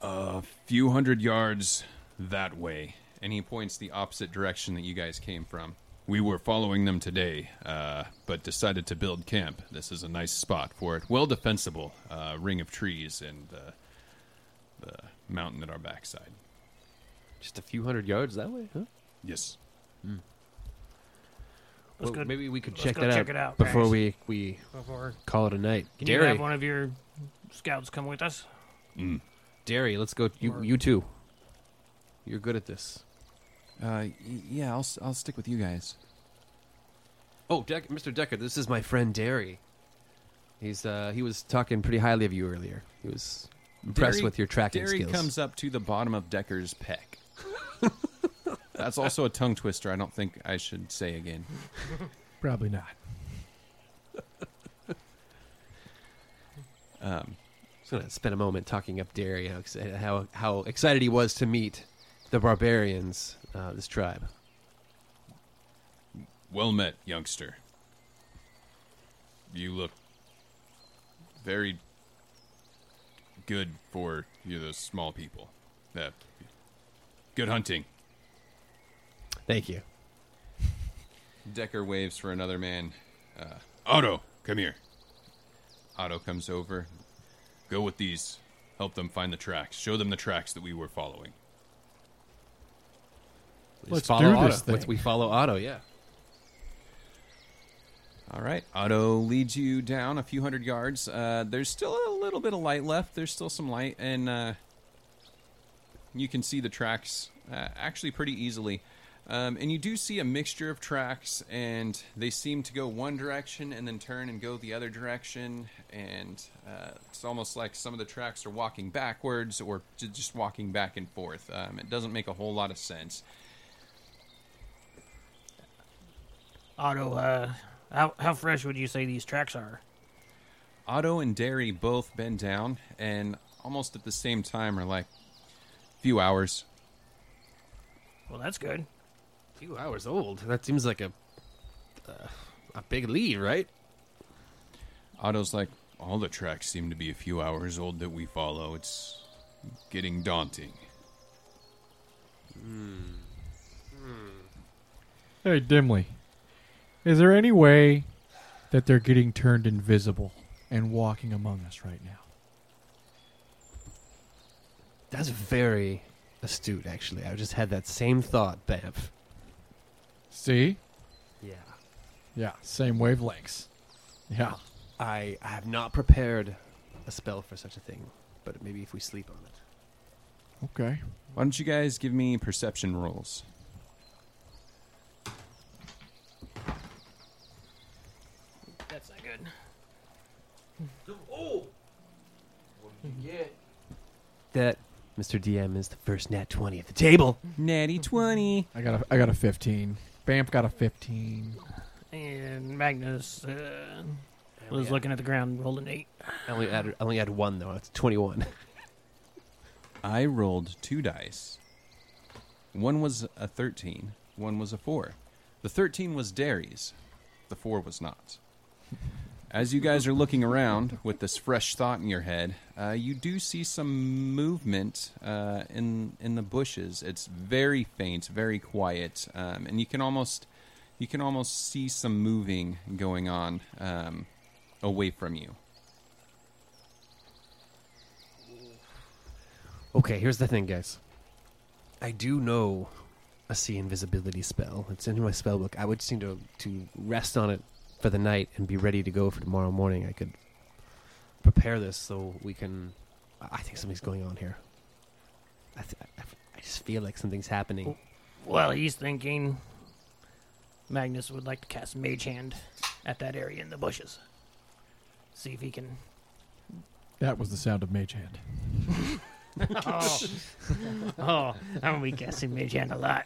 E: A few hundred yards that way. And he points the opposite direction that you guys came from. We were following them today, uh, but decided to build camp. This is a nice spot for it. Well defensible. Uh, ring of trees and uh, the mountain at our backside.
C: Just a few hundred yards that way, huh? Hmm.
E: Yes.
D: Let's
C: Well,
D: go-
C: maybe we could
D: let's
C: check
D: go
C: that
D: check
C: out,
D: it out,
C: before
D: guys.
C: we we
D: Before
C: call it a night.
D: can you
C: Derry,
D: have one of your scouts come with us?
C: Derry, let's go. You, you two. You're good at this.
E: Uh, yeah, I'll, I'll stick with you guys.
C: Oh, Deck, Mr. Decker, this is my friend Derry. He's uh, he was talking pretty highly of you earlier. He was impressed
E: Derry-
C: with your tracking
E: Derry
C: skills.
E: comes up to the bottom of Decker's peck. That's also a tongue twister. I don't think I should say again.
B: Probably not.
C: Just gonna spend a moment talking up Derry how excited, how how excited he was to meet the barbarians, uh, this tribe.
E: Well met, youngster. You look very good for you, the small people. That good hunting.
C: Thank you.
E: Decker waves for another man. Uh, Otto, come here. Otto comes over. Go with these. Help them find the tracks. Show them the tracks that we were following.
C: We just
B: Let's
C: follow
B: do this
C: Otto. Let's-
B: thing.
C: We follow Otto. Yeah.
E: All right. Otto leads you down a few hundred yards. Uh, there's still a little bit of light left. There's still some light, and uh, you can see the tracks uh, actually pretty easily. Um, and you do see a mixture of tracks, and they seem to go one direction and then turn and go the other direction. And uh, it's almost like some of the tracks are walking backwards or ju- just walking back and forth. Um, it doesn't make a whole lot of sense.
D: Otto, uh, how how fresh would you say these tracks are?
E: Otto and Derry both bend down and almost at the same time are like few hours.
D: Well, that's good.
C: Few hours old. That seems like a uh, a big lead, right?
E: Otto's like, all the tracks seem to be a few hours old that we follow. It's getting daunting.
F: Hey, Dimly.
B: Is there any way that they're getting turned invisible and walking among us right now?
C: That's very astute, actually. I just had that same thought, Banff.
B: See?
C: Yeah.
B: Yeah, same wavelengths. Yeah.
C: I, I have not prepared a spell for such a thing, but maybe if we sleep on it.
B: Okay.
A: Why don't you guys give me perception rolls?
D: That's not good.
C: That, Mr. DM, is the first nat 20 at the table.
A: Natty 20.
B: I got a I got a 15. Bamp got a 15.
D: And Magnus uh,
C: only
D: was
C: had-
D: looking at the ground, rolled an eight.
C: I only added, I only added one, though. It's 21.
A: I rolled two dice. One was a 13, one was a 4. The 13 was Derry's, the 4 was not. As you guys are looking around with this fresh thought in your head, uh, you do see some movement uh, in in the bushes. It's very faint, very quiet, um, and you can almost you can almost see some moving going on um, away from you.
C: Okay, here's the thing, guys. I do know a sea invisibility spell. It's in my spell book. I would seem to to rest on it for the night and be ready to go for tomorrow morning. I could prepare this so we can. I I think something's going on here. I, th- I, I just feel like something's happening.
D: Well, he's thinking Magnus would like to cast Mage Hand at that area in the bushes. See if he can.
B: That was the sound of Mage Hand.
D: Oh, oh I'm gonna be casting Mage Hand a lot.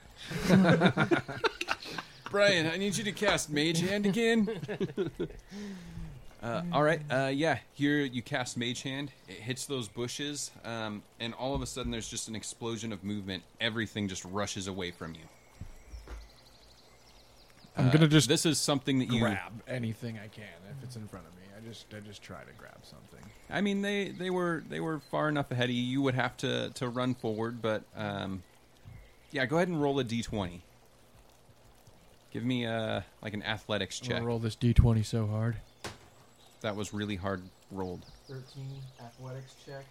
A: Brian, I need you to cast Mage Hand again. uh, all right, uh, yeah. Here you cast Mage Hand. It hits those bushes, um, and all of a sudden there's just an explosion of movement. Everything just rushes away from you.
B: I'm gonna
E: Uh,
B: just
A: This is something that you.
B: grab anything I can if it's in front of me. I just I just try to grab something.
A: I mean, they, they were they were far enough ahead of you. You would have to to run forward, but um, yeah. Go ahead and roll a d20. Give me uh like an athletics
B: I'm
A: check.
B: gonna roll this d20 so hard.
A: That was really hard rolled.
F: 13 athletics check.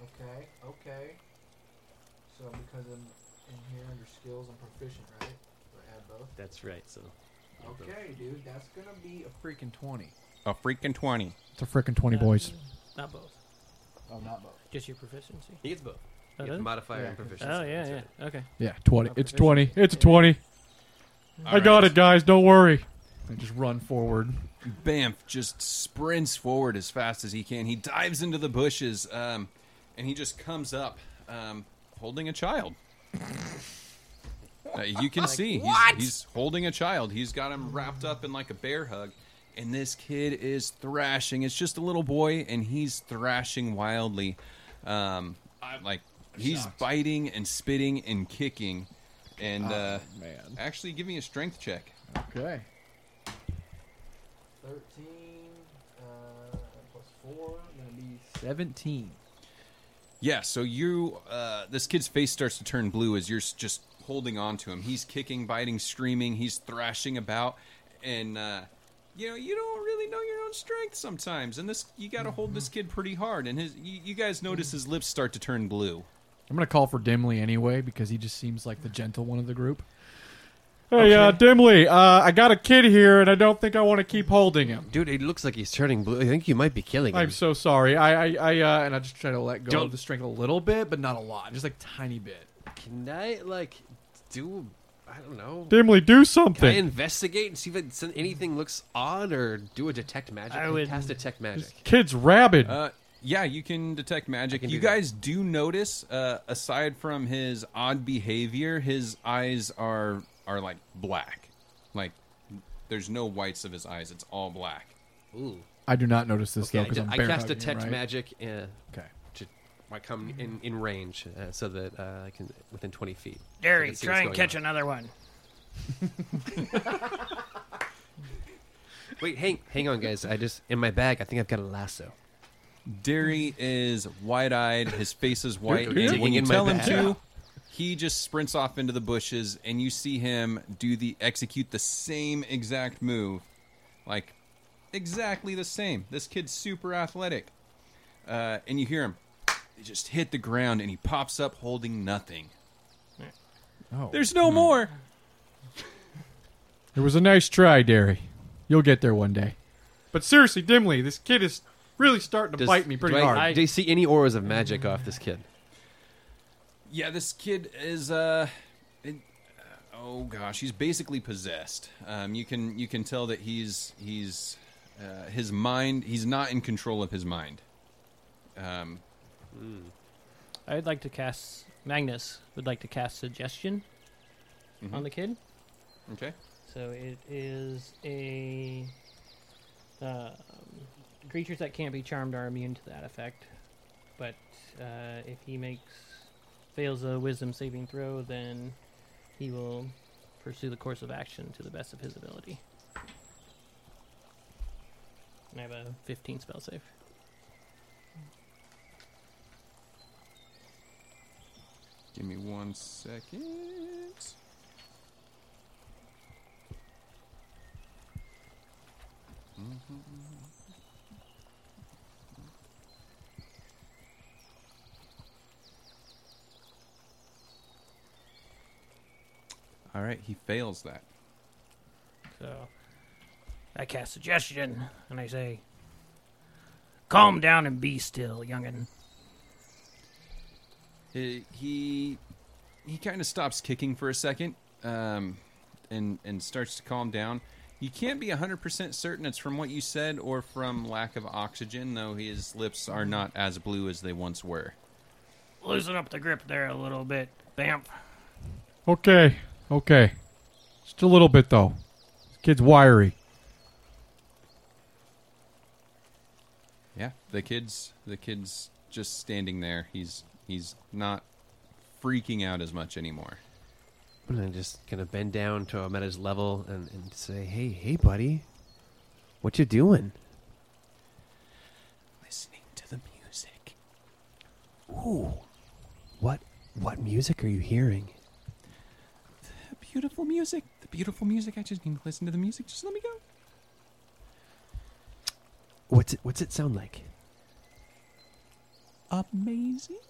F: Okay, okay. So because I'm in here under skills, I'm proficient, right? Do I add both?
C: That's right.
D: Oh,
C: So
F: Okay, dude, that's gonna be a freaking 20.
A: A freaking twenty.
B: It's a frickin'
C: Uh,
B: 20 boys.
D: Not both.
F: Oh, not both.
D: Just your proficiency.
C: he gets both.
D: Oh, does it?
C: modifier
F: Yeah.
D: Oh, yeah, yeah. Okay.
B: Yeah, 20.
D: Not
B: It's
D: proficient.
B: 20. It's a 20.
E: I got it, guys. Don't worry.
B: I just run forward.
A: Bamf just sprints forward as fast as he can. He dives into the bushes, um, and he just comes up um, holding a child. Uh, you can see he's, he's holding a child. He's got him wrapped up in like a bear hug, and this kid is thrashing. It's just a little boy, and he's thrashing wildly. Um, like he's biting and spitting and kicking. And uh,
B: man.
A: actually, give me a strength check.
B: Okay.
F: 13 uh, plus 4, gonna be
B: 17.
A: Yeah, so you, uh, this kid's face starts to turn blue as you're s- just holding on to him. He's kicking, biting, screaming. He's thrashing about, and uh, you know you don't really know your own strength sometimes. And this, you got to hold this kid pretty hard. And his, you, you guys notice his lips start to turn blue.
B: I'm going to call for Dimly anyway because he just seems like the gentle one of the group.
E: Hey, uh, Dimly, uh, I got a kid here, and I don't think I want to keep holding him.
C: Dude, it looks like he's turning blue. I think you might be killing him.
B: I'm so sorry. I, I, I uh, and I just try to let go
C: Don't-
B: of the strength a little bit, but not a lot, just like tiny bit.
C: Can I like do? I don't know.
E: Dimly, do
C: Can I
E: something.
C: investigate and see if it's, anything looks odd or do a detect magic?
D: I
C: Can
D: would-
C: cast detect magic.
E: Kid's rabid.
A: Uh, yeah, you can detect magic.
C: can
A: you
C: do that.
A: guys do notice, uh, aside from his odd behavior, his eyes are are like black, like there's no whites of his eyes. It's all black.
C: Ooh.
B: I do not notice this though
C: Okay, I,
B: because
C: did-
B: I'm
C: I
B: bear
C: cast
B: hugging,
C: detect
B: right?
C: magic uh,
B: Okay.
C: to I come in, in range uh, so that uh, I can within twenty feet. I
D: Derry,
C: can see what's
D: try and
C: going
D: catch
C: on.
D: another one.
C: Wait, hang hang on, guys. I just in my bag. I think I've got a lasso.
A: Derry is wide eyed, his face is white,
C: You're
A: and when
C: digging
A: you
C: in my
A: tell him
C: bag.
A: to, he just sprints off into the bushes and you see him do the execute the same exact move. Like exactly the same. This kid's super athletic. Uh, and you hear him. They just hit the ground, and he pops up holding nothing.
F: Oh,
A: There's no more.
B: Hmm. It was a nice try, Derry. You'll get there one day. But seriously, Dimly, this kid is really starting to
C: Does-
B: bite me pretty
C: do I-
B: hard.
C: do you see any auras of magic off this kid?
A: Yeah, this kid is uh, it, oh gosh, he's basically possessed. Um, you can you can tell that he's he's uh, his mind. He's not in control of his mind. Um,
D: I'd like to cast. Magnus would like to cast suggestion on the kid.
A: okay.
D: So it is a. Um, creatures that can't be charmed are immune to that effect. But uh, if he makes. fails a wisdom saving throw, then he will pursue the course of action to the best of his ability. And I have a 15 spell save.
A: Give me one second. Mm-hmm. All right, he fails that.
D: So I cast suggestion, and I say, "Calm down and be still, young'un."
A: he Uh, he, he kind of stops kicking for a second um, and and starts to calm down you can't be 100% certain it's from what you said or from lack of oxygen though his lips are not as blue as they once were
D: Loosen up the grip there a little bit, Bamf.
B: Okay, okay. Just a little bit though. This kid's wiry.
A: yeah the kids the kids just standing there he's he's not freaking out as much anymore
C: And I'm just gonna bend down to him at his level and, and say, "Hey, hey, buddy, what you doing?"
A: listening to the music
C: Ooh, what what music are you hearing?
A: the beautiful music the beautiful music i just need to listen to the music just let me go
C: What's it What's it sound like?
A: amazing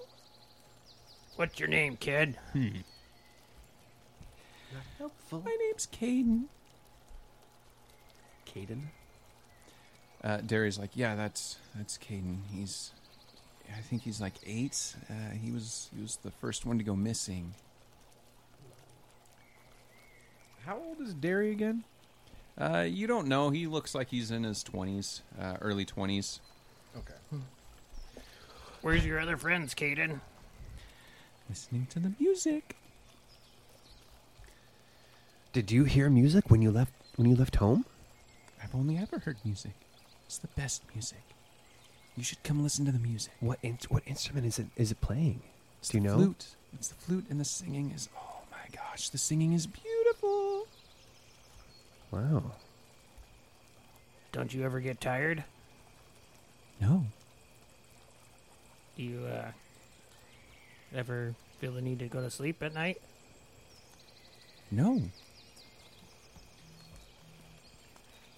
D: What's your name, kid?
C: Helpful,
A: my name's caden
C: Caden.
A: Uh, Derry's like, yeah, that's that's Caden. He's, I think he's like eight. Uh, he was he was the first one to go missing.
F: how old is Derry again?
A: Uh, you don't know. He looks like he's in his twenties, uh, early twenties.
F: Okay.
D: Where's your other friends, Caden?
A: Listening to the music.
C: Did you hear music when you left when you left home?
A: I've only ever heard music. It's the best music. You should come listen to the music.
C: What in, What instrument is it is it playing?
A: It's
C: Do you
A: the
C: know?
A: flute. It's the flute, and the singing is oh my gosh, the singing is beautiful.
C: Wow.
D: Don't you ever get tired?
A: No,
D: Do you uh, ever feel the need to go to sleep at night?
A: no.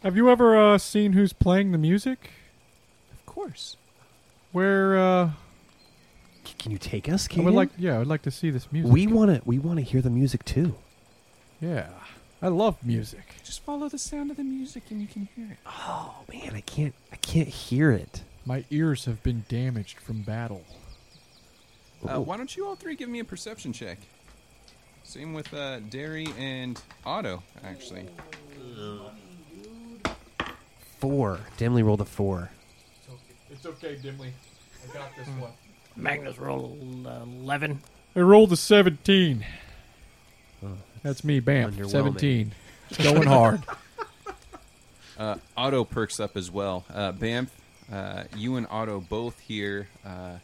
B: Have you ever uh, seen who's playing the music?
A: Of course.
B: Where uh,
C: C- can you take us,
B: I
C: Caden?
B: would like, yeah, I would like to see this music.
C: we wanna we wanna hear the music too.
B: yeah, I love music.
A: Just follow the sound of the music, and you can hear it.
C: Oh man, I can't I can't hear it.
B: My ears have been damaged from battle.
A: Uh,
C: Ooh.
A: why don't you all three give me a perception check? Same with uh, Derry and Otto, actually.
C: Four. Dimly rolled a four.
J: It's okay, Dimly. I got
B: Hmm.
J: this one.
D: Magnus roll eleven.
B: I rolled a seventeen. That's me, bam.
C: underwhelming.
B: Seventeen, going hard.
A: Uh, Otto perks up as well. Uh, Bamf, uh, you and Otto both hear uh,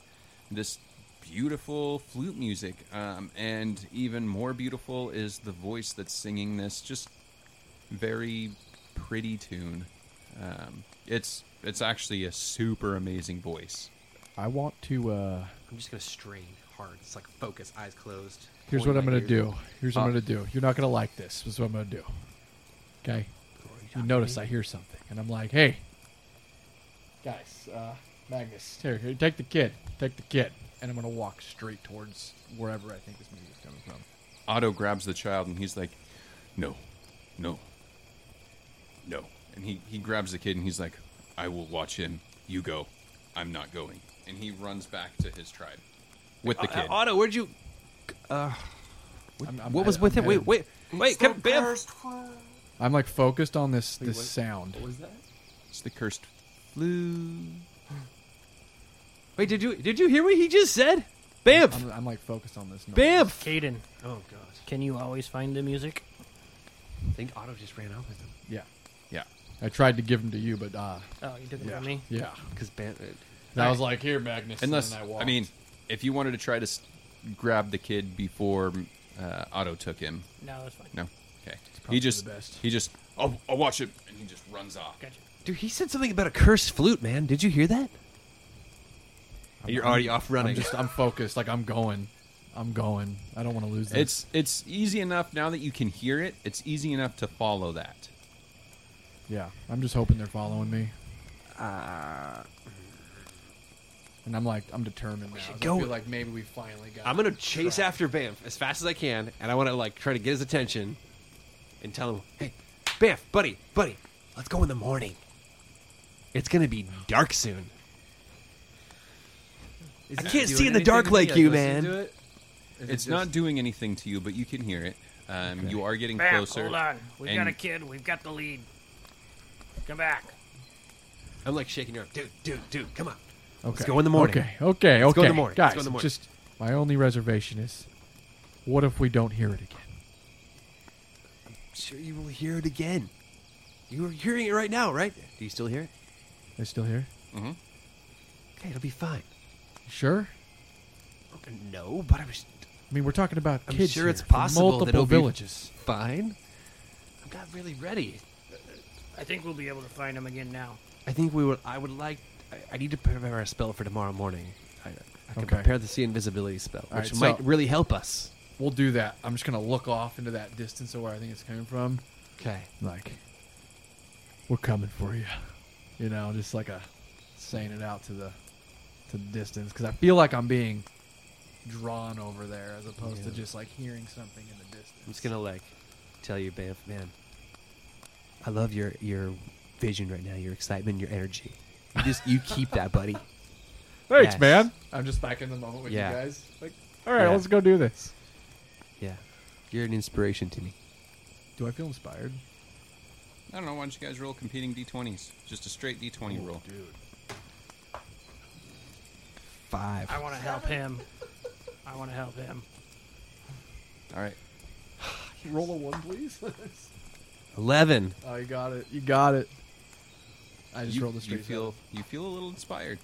A: this beautiful flute music, um, and even more beautiful is the voice that's singing this just very pretty tune. Um, it's it's actually a super amazing voice.
F: I want to. uh
C: I'm just gonna strain hard. It's like focus, eyes closed.
B: Here's what I'm gonna do. Here's what I'm gonna do. You're not gonna like this. This is what I'm gonna do. Okay. You notice I hear something, and I'm like, hey,
F: Guys, uh Magnus.
B: here, here, take the kid, take the kid. and I'm gonna walk straight towards wherever I think this music is coming from.
A: Otto grabs the child and he's like, "No, no, no." And he he grabs the kid and he's like, "I will watch him. You go. I'm not going." And he runs back to his tribe with the kid.
C: Otto, where'd you?
A: uh,
B: I'm, I'm-
C: What was
B: I-
C: with
B: I'm
C: him? Wait,
B: headed-
C: wait, wait, come, Bam!
B: I'm like focused on this this sound.
F: What was that?
A: It's the cursed flu.
C: Wait, did you did you hear what he just said? Bam!
B: I'm, I'm like focused on this. Noise.
C: Bam!
D: Caden,
C: Oh god,
D: can you always find the music?
C: I think Otto just ran out with him
B: Yeah,
A: Yeah.
B: I tried to give them to you, but uh,
D: Oh, you took it
B: yeah,
D: from me.
B: yeah.
C: because uh, Bam.
B: And I was like, here, Magnus.
A: Unless
B: and
A: I,
B: then walked.
A: mean, if you wanted to try to s- grab the kid before uh, Otto took him,
D: No, that's fine.
A: no, okay.
B: probably
A: He just
B: the best.
A: he just I'll, I'll watch it, and he just runs off.
D: Gotcha.
C: Dude, he said something about a cursed flute, man. Did you hear that? You're already off
B: I'm
C: running.
B: just I'm focused. Like I'm going, I'm going. I don't want to lose this.
A: It's it's easy enough now that you can hear it. It's easy enough to follow that.
B: yeah. I'm just hoping they're following me.
C: Uh,
B: And I'm like, I'm determined. now.
C: should
B: I
C: go.
B: feel like maybe we finally got.
C: I'm gonna chase after Bamf as fast as I can, and I want to like try to get his attention and tell him, "Hey, Bamf, buddy, buddy, let's go in the morning. It's gonna be dark soon. I can't see in the dark like you, man.
A: It's not doing anything to you, but you can hear it. Um, You are getting
D: Bam,
A: closer.
D: hold on. We've
A: and-
D: got a kid. We've got the lead. Come back.
C: I'm like shaking her up, dude, dude, dude. Come on.
B: Okay.
C: Let's go in the morning.
B: Okay. Okay. Okay.
C: Let's go in the morning. Let's
B: Guys,
C: go in the morning.
B: just my only reservation is, what if we don't hear it again?
C: I'm sure you will hear it again. You are hearing it right now, right? Do you still hear it?
B: They still here?
C: Okay, it'll be fine.
B: Sure.
C: No, but I was.
B: I mean, we're talking about
C: I'm
B: kids.
C: sure
B: here
C: it's
B: from
C: possible that
B: multiple
C: it'll be-
B: villages.
C: Fine. I'm not really ready.
D: I think we'll be able to find him again now.
C: I think we would. I would like. I, I need to prepare a spell for tomorrow morning. I, I can
B: Okay.
C: prepare the sea invisibility spell,
B: All
C: which
B: right,
C: might
B: so-
C: really help us.
B: We'll do that. I'm just gonna look off into that distance of where I think it's coming from.
C: Okay.
B: Like, we're coming for you. You know, just like a saying it out to the to the distance because I feel like I'm being drawn over there as opposed to
C: Yeah.
B: just like hearing something in the distance.
C: I'm just gonna like tell you, Banff, man. I love your your vision right now, your excitement, your energy. You just you keep that, buddy.
E: Thanks,
C: Yes.
E: man.
B: I'm just back in the moment with
C: Yeah.
B: you guys. Like,
E: All right,
C: Yeah.
E: let's go do this.
C: Yeah, you're an inspiration to me.
B: do I feel inspired?
A: I don't know. Why don't you guys roll competing d20s? Just a straight d20 roll.
B: dude.
C: Five.
D: I want to help him. I want to help him.
A: All right.
B: Roll a one, please.
C: Eleven.
B: oh, you got it. You got it. I just
A: you,
B: rolled a
A: you
B: straight.
A: feel you feel a little inspired.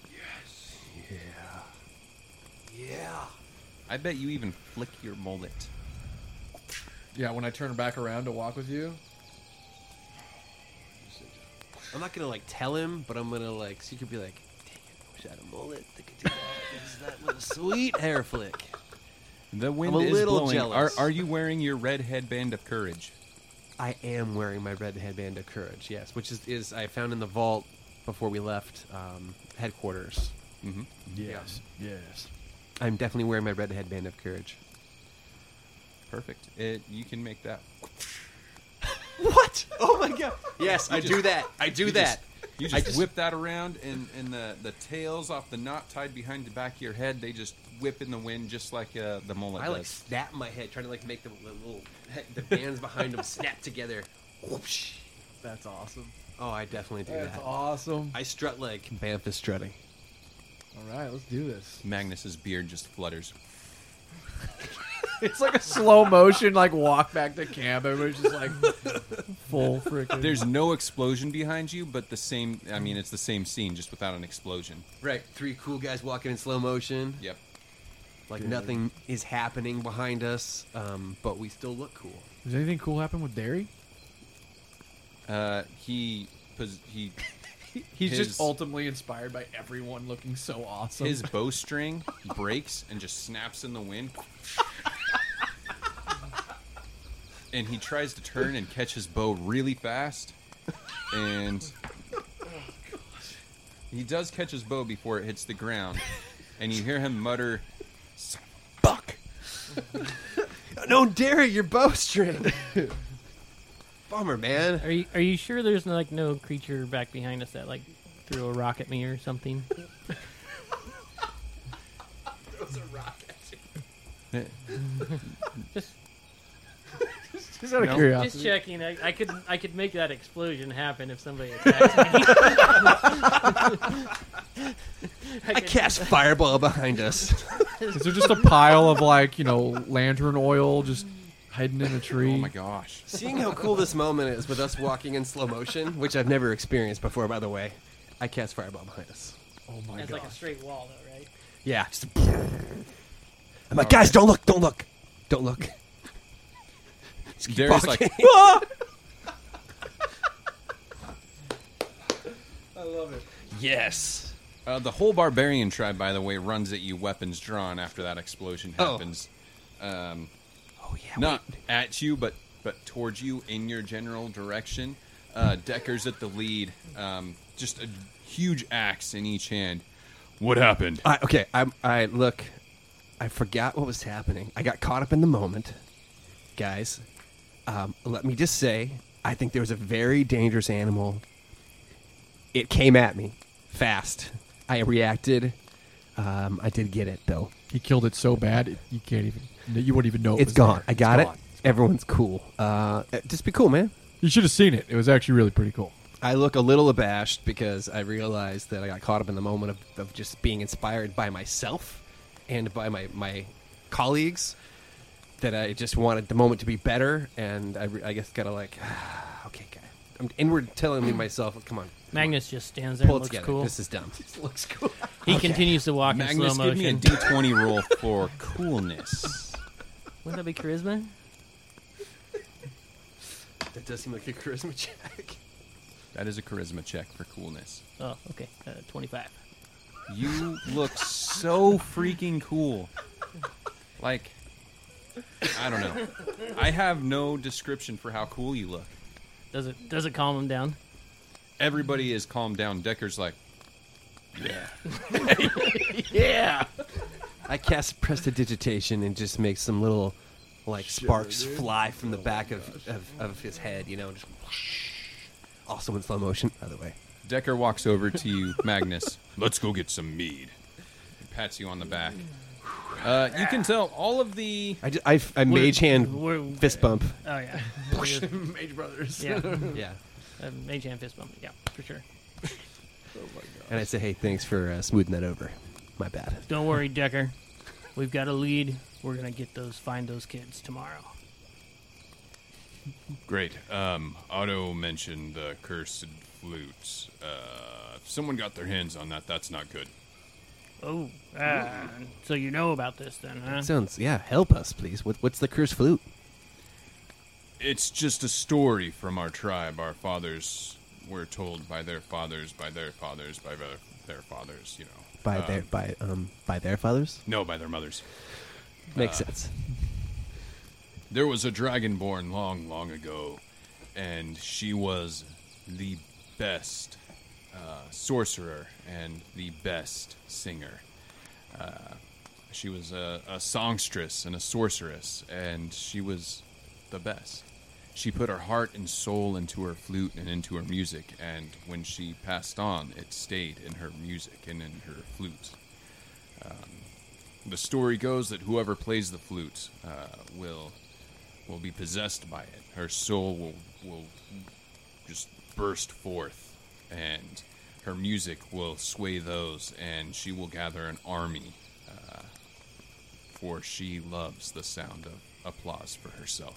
C: Yeah.
A: I bet you even flick your mullet.
B: seven. Yeah, when I turn back around to walk with you,
C: I'm not gonna like tell him, but I'm gonna like secretly be like, dang it, I wish I had a mullet that could do that. 'cause that was a sweet hair flick.
A: The wind
C: a
A: is
C: little
A: blowing.
C: jealous.
A: Are are you wearing your red headband of courage?
C: I am wearing my red headband of courage, yes, which is, is I found in the vault before we left um, headquarters.
A: Mm-hmm.
B: yes, yes.
C: I'm definitely wearing my red headband of courage.
A: Perfect. It you can make that.
C: What? Oh my god! Yes, I
A: just-
C: do that. I do
A: you
C: that.
A: Just, you
C: I
A: just,
C: just-
A: whip that around, and, and the, the tails off the knot tied behind the back of your head, they just whip in the wind just like uh, the mullet
C: I like
A: does.
C: snap my head, trying to like make the, the little the bands behind them snap together. Whoosh.
B: That's awesome.
C: Oh, I definitely do
B: That's
C: that.
B: awesome.
C: I strut like Banff is strutting.
B: All right, let's do this.
A: Magnus's beard just flutters.
B: It's like a slow motion, like walk back to camp. Everybody's just like full freaking.
A: There's no explosion behind you, but the same. I mean, it's the same scene, just without an explosion.
C: Right, three cool guys walking in slow motion.
A: Yep.
C: Like nothing is happening behind us, um, but we still look cool.
B: Does anything cool happen with Derry?
A: Uh, he pos- he
B: He's
A: His-
B: just ultimately inspired by everyone looking so awesome.
A: his bowstring breaks and just snaps in the wind. and he tries to turn and catch his bow really fast. And he does catch his bow before it hits the ground.
E: and you hear him mutter,
C: Buck! no, Derek, your bowstring. Bummer, man.
D: Are you are you sure there's like no creature back behind us that like threw a rock at me or something? Just
B: Just out of
E: No.
B: curiosity.
D: just checking. I, I could I could make that explosion happen if somebody attacks me. I
C: I
D: could-
C: cast fireball behind us.
B: Is there just a pile of like you know lantern oil just hidden in a tree?
E: "Oh my gosh!"
C: Seeing how cool this moment is with us walking in slow motion, which I've never experienced before, by the way, I cast fireball behind us.
B: Oh my
D: That's like a straight wall though, right?
C: Yeah. Just I'm like, guys, don't look, don't look, don't look.
E: Derek's like,
C: Ah!
K: I love it.
C: yes.
E: Uh, the whole barbarian tribe, by the way, runs at you, weapons drawn. After that explosion
C: Oh.
E: happens,
C: Oh yeah.
E: not at you, but but towards you in your general direction. Uh, Decker's at the lead, um, just a huge axe in each hand. What happened?
C: I, okay. I, I look. I forgot what was happening. I got caught up in the moment, guys. Um, let me just say, I think there was a very dangerous animal. It came at me fast. I reacted. Um, I did get it though.
B: He killed it so bad it, you can't even you wouldn't even know it
C: It's
B: was
C: gone.
B: there.
C: I got
B: gone.
C: it. Everyone's cool. Uh, just be cool, man.
B: You should have seen it. It was actually really pretty cool.
C: I look a little abashed because I realized that I got caught up in the moment of, of just being inspired by myself and by my, my colleagues. That I just wanted the moment to be better, and I, re- I guess gotta like, okay, guy. I'm inward telling me myself, come on,
D: Magnus just stands there
C: pull
D: and
C: it
D: looks
C: together.
D: cool.
C: This is dumb. This looks cool.
D: he continues to walk in
E: Magnus,
D: slow
E: give
D: motion.
E: me a D twenty roll for coolness.
D: Wouldn't that be charisma?
C: That does seem like a charisma check.
E: That is a charisma check for coolness.
D: Oh, okay. Uh, Twenty-five.
E: You look so freaking cool. Like, I don't know. I have no description for how cool you look.
D: Does it does it calm him down?
E: Everybody is calmed down. Decker's like, yeah.
C: I cast prestidigitation and just make some little like sparks fly from the back of, of, of his head, you know, just also in slow motion, by the way.
E: Decker walks over to you, Magnus. Let's go get some mead. He pats you on the back. Uh, you can tell all of the
C: I, ju- I, I
D: We're-
C: mage hand
D: we're-
C: fist bump.
D: Oh yeah.
C: mage brothers.
D: yeah.
C: Yeah.
D: Uh, mage hand fist bump. Yeah, for sure.
C: And I say, hey, thanks for uh, smoothing that over. My bad.
D: Don't worry, Decker. We've got a lead. We're gonna get those find those kids tomorrow.
E: Great. Um, Otto mentioned the cursed flutes. Uh, if someone got their hands on that, that's not good.
D: Oh, uh, so you know about this then, huh?
C: Sounds, yeah, help us, please. What, what's the cursed flute?
E: It's just a story from our tribe. Our fathers were told by their fathers, by their fathers, by their, their fathers, you know.
C: By
E: Um,
C: their by um by their fathers?
E: No, by their mothers.
C: Makes sense.
E: There was a dragon born long, long ago, and she was the best uh, sorcerer and the best singer. Uh, she was a, a songstress and a sorceress, and she was the best. She put her heart and soul into her flute and into her music, and when she passed on, it stayed in her music and in her flute. Um, The story goes that whoever plays the flute uh, will will be possessed by it. Her soul will will just burst forth, and her music will sway those, and she will gather an army. Uh, for she loves the sound of applause for herself,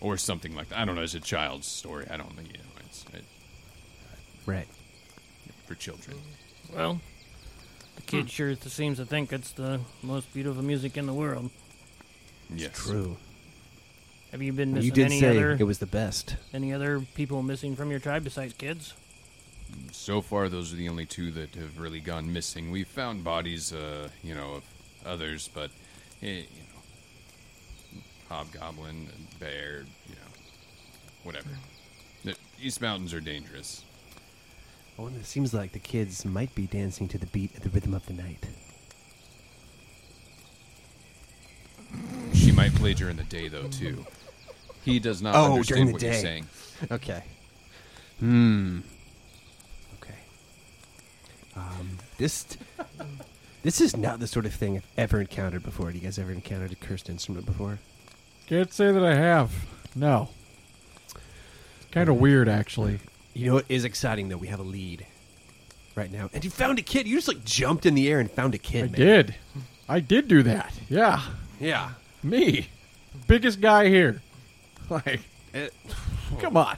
E: or something like that. I don't know. It's a child's story. I don't think you know. It's it,
C: Right.
E: for children.
D: Well, the kid
C: hmm.
D: sure seems to think it's the most beautiful music in the world.
E: Yes,
C: True.
D: Have you been
C: You
D: missing
C: did
D: any
C: say
D: other
C: it was the best.
D: any other people missing from your tribe besides kids?
E: So far, those are the only two that have really gone missing. We've found bodies, uh, you know, of others, but eh, you know, hobgoblin, bear, you know, whatever. The East Mountains are dangerous.
C: Oh, and it seems like the kids might be dancing to the beat of the rhythm of the night.
F: She might play during the day though too. He does not
C: Oh, during
F: understand
C: the
F: what you're
C: day.
F: saying.
C: Okay. Hmm. Okay. Um, this this is not the sort of thing I've ever encountered before. Do you guys ever encountered a cursed instrument before?
B: Can't say that I have. No. It's kind of weird, actually.
C: You know what is exciting though? We have a lead right now, and you found a kid. You just like jumped in the air and found a kid.
B: I
C: man.
B: did. I did do that. Yeah.
C: Yeah.
B: Me. Biggest guy here. Like,
C: It,
B: come on.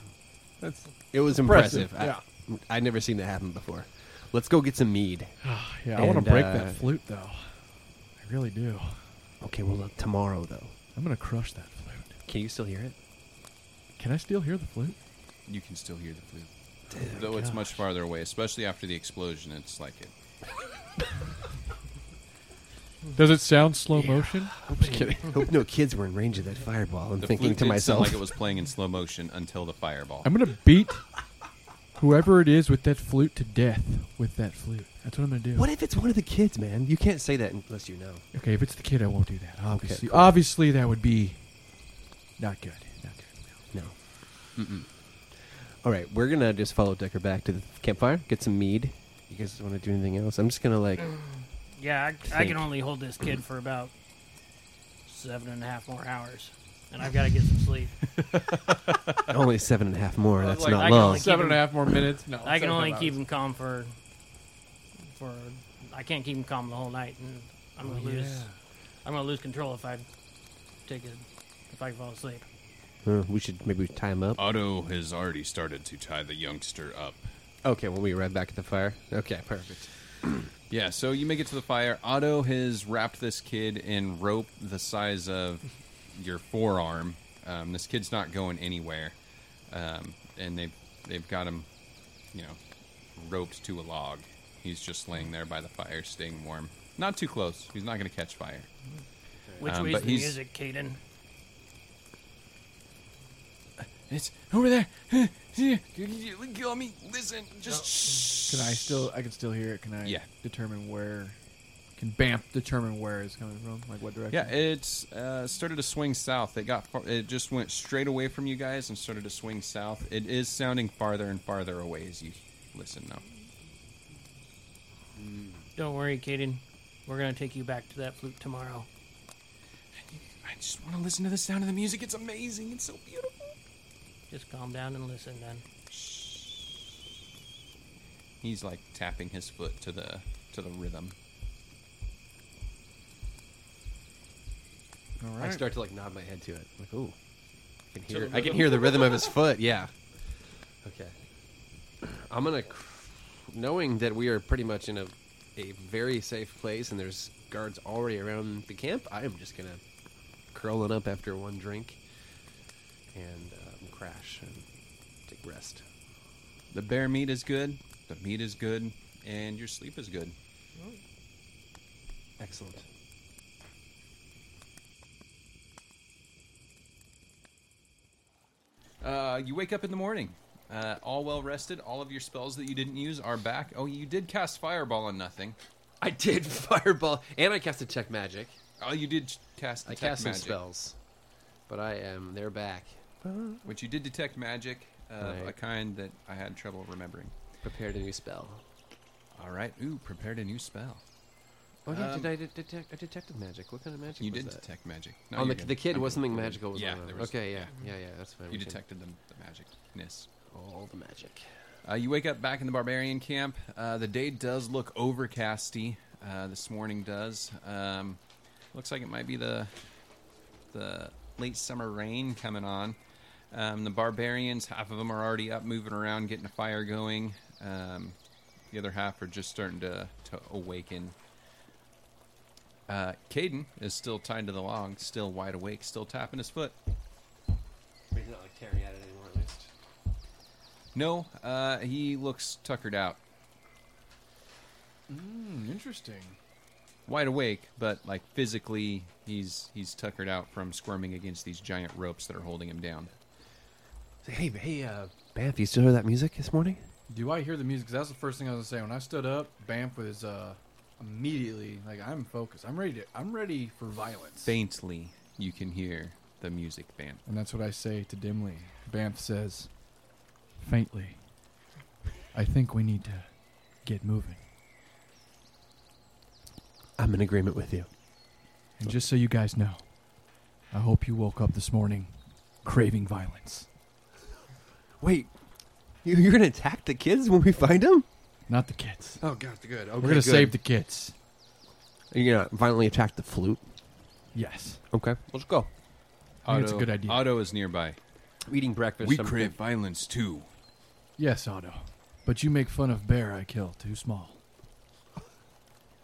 C: that's, it was impressive.
B: impressive,
C: I, I'd never seen that happen before. Let's go get some mead.
B: Yeah, I want
C: And,
B: to break
C: uh,
B: that flute, though. I really do.
C: Okay, well look, tomorrow though.
B: I'm going to crush that flute.
C: Can you still hear it?
B: Can I still hear the flute?
F: You can still hear the flute, though it's much farther away. Especially after the explosion, it's like it.
B: Does it sound slow motion?
C: I'm just kidding. Hope no kids were in range of that fireball. I'm
F: The
C: thinking
F: flute
C: to
F: did
C: myself.
F: sound like it was playing in slow motion until the fireball.
B: I'm going to beat whoever it is with that flute to death with that flute. That's what I'm going to do.
C: What if it's one of the kids, man? You can't say that unless you know.
B: Okay, if it's the kid, I won't do that. Obviously,
C: cool.
B: obviously that would be not good. Not good.
C: No. Mm-mm. right, we're gonna just follow Decker back to the campfire, get some mead. You guys want to do anything else? I'm just gonna like.
F: Mm.
D: Yeah, I, I
C: Think.
D: can only hold this kid for about seven and a half more hours, and I've got to get some sleep.
C: only seven and a half more. That's
D: like, I
C: not
D: can
C: long.
D: only keep- Seven and a
B: half more minutes. No,
D: I can only keep him calm for for I can't keep him calm the whole night, and I'm gonna lose I'm gonna lose control if I take it if I fall asleep.
C: Uh, we should maybe time up.
F: Otto has already started to tie the youngster up.
C: Okay, we'll be right back at the fire. Okay, perfect.
F: Yeah, so you make it to the fire. Otto has wrapped this kid in rope the size of your forearm. Um, this kid's not going anywhere, um, and they've they've got him, you know, roped to a log. He's just laying there by the fire, staying warm. Not too close. He's not going to catch fire.
D: Which
F: Um,
D: way's
F: but
D: the
F: he's-
D: music, Caden?
F: It's over there. Kill me. Listen. Just.
A: Can I still? I can still hear it. Can I?
F: Yeah.
A: Determine where? Can Bamp determine where it's coming from? Like what direction?
F: Yeah, it's uh, started to swing south. It got far, it just went straight away from you guys and started to swing south. It is sounding farther and farther away as you listen now.
D: Don't worry, Caden. We're gonna take you back to that flute tomorrow.
F: I just want to listen to the sound of the music. It's amazing. It's so beautiful.
D: Just calm down and listen, then.
F: He's like tapping his foot to the to the rhythm.
A: All
C: I
A: right.
C: start to like nod my head to it. Like, ooh, I can
F: the
C: hear. I can hear the rhythm of his foot. Yeah. Okay. I'm gonna, cr- knowing that we are pretty much in a, a very safe place and there's guards already around the camp. I am just gonna curling up after one drink, and um, crash and take rest.
F: The bear meat is good. The meat is good, and your sleep is good.
C: Excellent.
F: Uh, you wake up in the morning. Uh, all well rested. All of your spells that you didn't use are back. Oh, you did cast fireball on nothing.
C: I did fireball, and I cast a check magic.
F: Oh, you did cast.
C: I
F: detect
C: cast some
F: magic.
C: spells, but I am. They're back.
F: Which you did detect magic of
C: Right.
F: a kind that I had trouble remembering.
C: Prepared a new spell.
F: All right. Ooh, prepared a new spell.
C: Oh yeah,
F: Um,
C: did I de- detect? I detected magic. What kind of magic?
F: You
C: was
F: did
C: that?
F: detect magic. No,
C: On the,
F: you're
C: the
F: good.
C: kid
F: I'm
C: was
F: good.
C: something magical. Was
F: Yeah,
C: going on.
F: there was-
C: okay, yeah, yeah,
F: yeah.
C: yeah. That's fine.
F: You
C: we can-
F: detected the, the magicness.
C: all the magic.
F: Uh, you wake up back in the barbarian camp. Uh, the day does look overcasty. Uh, this morning does. Um, looks like it might be the the late summer rain coming on. Um, the barbarians, half of them are already up, moving around, getting a fire going. Um, the other half are just starting to, to awaken. Uh, Caden is still tied to the log, still wide awake, still tapping his foot.
C: But he's not like tearing at it anymore, at least.
F: No, uh, he looks tuckered out.
A: Hmm, interesting.
F: wide awake, but like physically, he's he's tuckered out from squirming against these giant ropes that are holding him down.
C: hey, hey, uh, Banff, you still hear that music this morning?
B: Do I hear the music? 'Cause that's the first thing I was gonna say. When I stood up, Bamf was uh, immediately like, "I'm focused. I'm ready. To, I'm ready for violence."
A: Faintly, you can hear the music band.
B: And that's what I say to Dimly. Bamf says, faintly, "I think we need to get moving."
C: I'm in agreement with you.
B: And just so you guys know, I hope you woke up this morning craving violence.
C: Wait, you, you're gonna attack the kids when we find them?
B: Not the kids.
C: Oh god, good. Okay,
B: We're gonna save the kids.
C: You're gonna violently attack the flute.
B: Yes.
C: Okay, let's go.
B: I think it's a good idea.
A: Otto is nearby.
C: Eating breakfast.
A: we
C: I'm-
A: crave violence too.
B: Yes, Otto. But you make fun of bear I kill. Too small.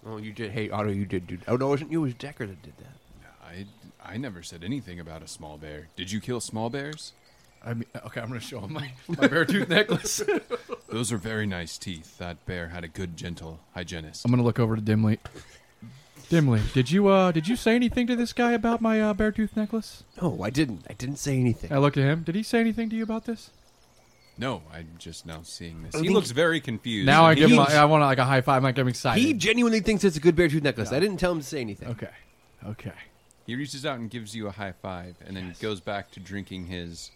C: Oh, you did. Hey, Otto, you did do. Oh no, it wasn't you. It was Decker that did that.
A: I I never said anything about a small bear. Did you kill small bears?
B: I mean, okay, I'm gonna show him my, my bear tooth necklace.
A: Those are very nice teeth. That bear had a good, gentle hygienist.
B: I'm gonna look over to Dimly. Dimly, did you uh did you say anything to this guy about my uh, bear tooth necklace?
C: No, I didn't. I didn't say anything.
B: I look at him. Did he say anything to you about this?
A: No, I'm just now seeing this.
C: I
A: He
C: think-
A: looks very confused.
B: Now I
A: He
B: give him.
A: looks-
B: a- I want like a high five. Like I'm excited.
C: he genuinely thinks it's a good bear tooth necklace.
B: Yeah.
C: I didn't tell him to say anything.
B: okay, okay.
A: He reaches out and gives you a high five, and then goes back to drinking his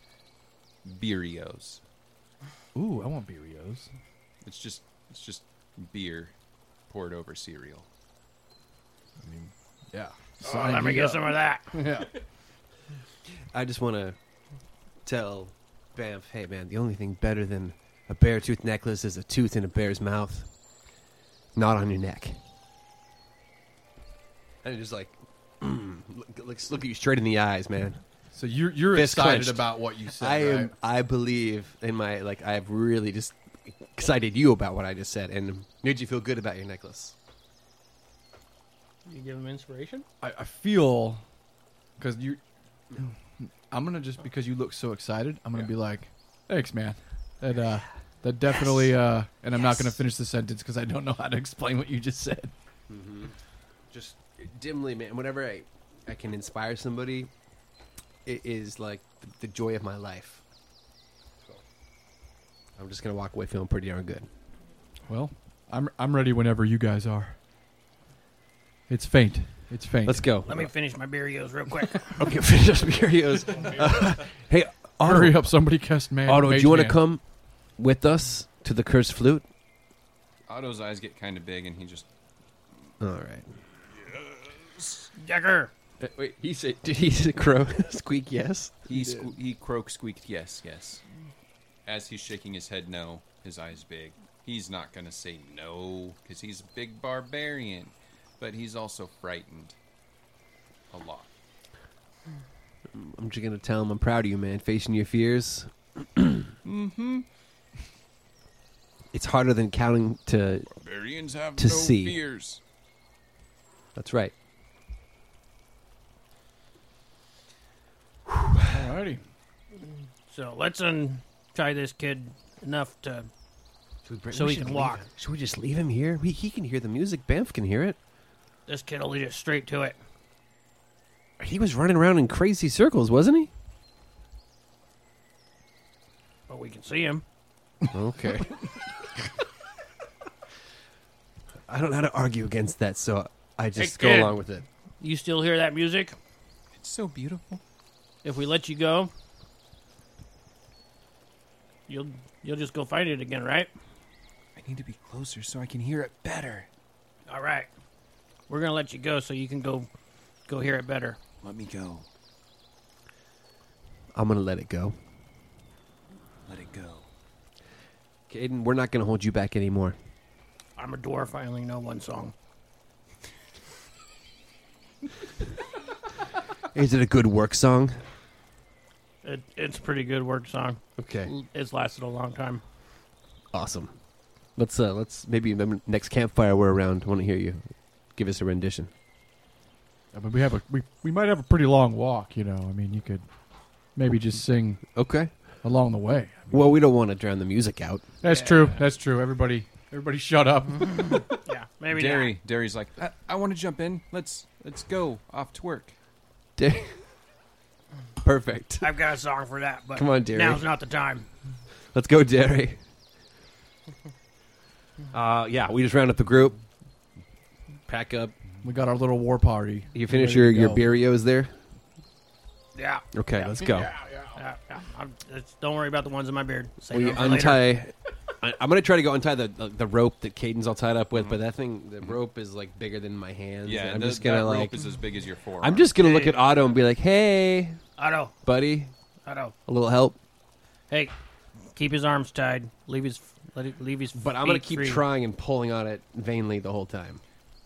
A: beerios.
B: Ooh, I want Beerios.
A: It's just it's just beer poured over cereal.
B: Yeah.
D: Oh, let me get some of that.
B: uh, yeah.
C: I just want to tell Bamf, hey man, the only thing better than a bear tooth necklace is a tooth in a bear's mouth, not on your neck. And it just like, look, looks- look at you straight in the eyes, man.
B: So you're you're
C: Fist
B: excited
C: clenched.
B: about what you said.
C: I
B: right?
C: am. I believe in my like. I've really just excited you about what I just said and made you feel good about your necklace.
D: You give him inspiration.
B: I, I feel because you. I'm gonna just because you look so excited. I'm gonna be like, "Thanks, man." That uh, that definitely. Uh, and I'm not gonna finish the sentence because I don't know how to explain what you just said.
C: just dimly, man. Whenever I, I can inspire somebody, it is like the, the joy of my life. I'm just gonna walk away feeling pretty darn good.
B: Well, I'm I'm ready whenever you guys are. It's faint. It's faint.
C: Let's go.
D: Let me finish my burritos real quick.
C: okay finish up Mario's. hey,
B: hurry
C: Otto,
B: up! Somebody cast man.
C: Otto, do
B: Mage
C: you want to
B: Man.
C: come with us to the cursed flute?
A: Otto's eyes get kind of big, and he just
C: All right.
D: Decker,
C: Uh, wait, he said, did he say crow squeak? Yes.
A: he sque- he croak squeaked yes yes. As he's shaking his head no, his eyes big. He's not gonna say no because he's a big barbarian, but he's also frightened a lot.
C: I'm just gonna tell him I'm proud of you, man. Facing your fears. mm-hmm.
B: Mm-hmm.
C: It's harder than counting to
A: Barbarians have
C: To
A: no
C: see.
A: fears.
C: That's right.
B: Alrighty.
D: so let's untie this kid enough to. So we he should can leave walk. him.
C: Should we just leave him here? He, he can hear the music. Banff can hear it.
D: This kid will lead us straight to it.
C: He was running around in crazy circles, wasn't he?
D: But we can see him.
C: Okay. I don't know how to argue against that, so I just
D: Hey,
C: go
D: kid.
C: along with it.
D: You still hear that music?
A: It's so beautiful.
D: If we let you go, you'll you'll just go find it again, right?
A: I need to be closer so I can hear it better.
D: All right. We're gonna let you go so you can go go hear it better.
A: Let me go.
C: I'm gonna let it go.
A: Let it go.
C: Caden, we're not gonna hold you back anymore.
D: I'm a dwarf. I only know one song.
C: Is it a good work song?
D: It, it's a pretty good work song.
C: Okay.
D: It's lasted a long time.
C: Awesome. Let's uh let's maybe remember next campfire we're around. want to hear you give us a rendition.
B: I mean, Uh, we have a we, we might have a pretty long walk. You know, I mean, you could maybe just sing
C: Okay.
B: along the way.
C: Well, we don't want to drown the music out.
B: That's true. That's true. Everybody, everybody, shut up.
D: Yeah, maybe not.
A: Derry, Derry's like, I, I want to jump in. Let's let's go off to work.
C: Perfect.
D: I've got a song for that, but
C: Come on, Derry.
D: now's not the time.
C: Let's go, Jerry. Uh, yeah, we just round up the group, pack up.
B: We got our little war party.
C: You finish
B: Ready
C: your,
B: to
C: your
B: go.
C: birrios there?
D: Yeah.
C: Okay, let's go.
D: yeah, yeah. I'm, it's, don't worry about the ones in my beard. Save
C: We
D: them for later.
C: untie. I, I'm gonna try to go untie the the, the rope that Caden's all tied up with, but that thing, the rope is like bigger than my hands.
A: Yeah,
C: and I'm
A: the-
C: just gonna
A: that
C: like.
A: rope is as big as your forearm.
C: I'm just gonna look at Otto and be like, "Hey,
D: Otto,
C: buddy,
D: Otto.
C: a little help."
D: Hey, keep his arms tied. Leave his let it, leave his.
C: But I'm gonna
D: feet
C: keep
D: free.
C: trying and pulling on it vainly the whole time.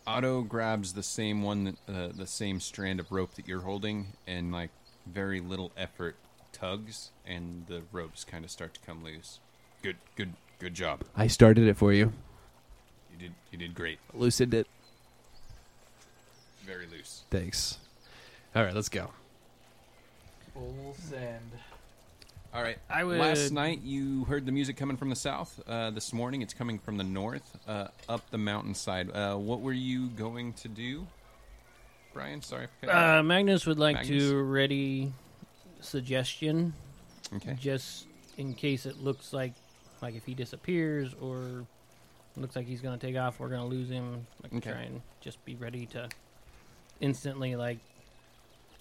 A: Otto grabs the same one, that, uh, the same strand of rope that you're holding, and like very little effort tugs, and the ropes kind of start to come loose. Good, good, good job.
C: I started it for you.
A: You did, you did great.
C: Loosened it.
A: Very loose.
C: Thanks. All right, let's go.
F: Full send.
A: All right.
D: I would-
A: Last night you heard the music coming from the south. Uh, this morning it's coming from the north, uh, up the mountainside. Uh, what were you going to do, Brian? Sorry. I forgot.
D: Uh, Magnus would like
A: Magnus?
D: to ready suggestion
A: okay.
D: just in case it looks like like if he disappears or looks like he's gonna take off, we're gonna lose him. Like
A: Okay.
D: try and just be ready to instantly like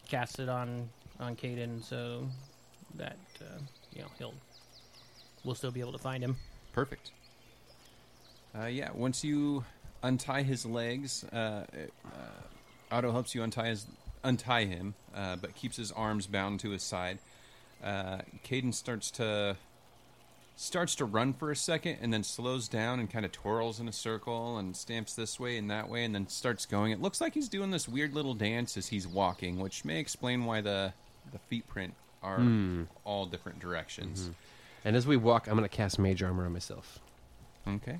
D: cast it on on Caden so that uh, you know he'll we'll still be able to find him.
A: Perfect. Uh, yeah, once you untie his legs, uh, it, uh, Otto helps you untie his untie him, uh, but keeps his arms bound to his side. Uh, Caden starts to starts to run for a second, and then slows down and kind of twirls in a circle and stamps this way and that way, and then starts going. It looks like he's doing this weird little dance as he's walking, which may explain why the the feet print are all different directions.
C: And as we walk, I'm gonna cast Mage Armor on myself.
A: Okay.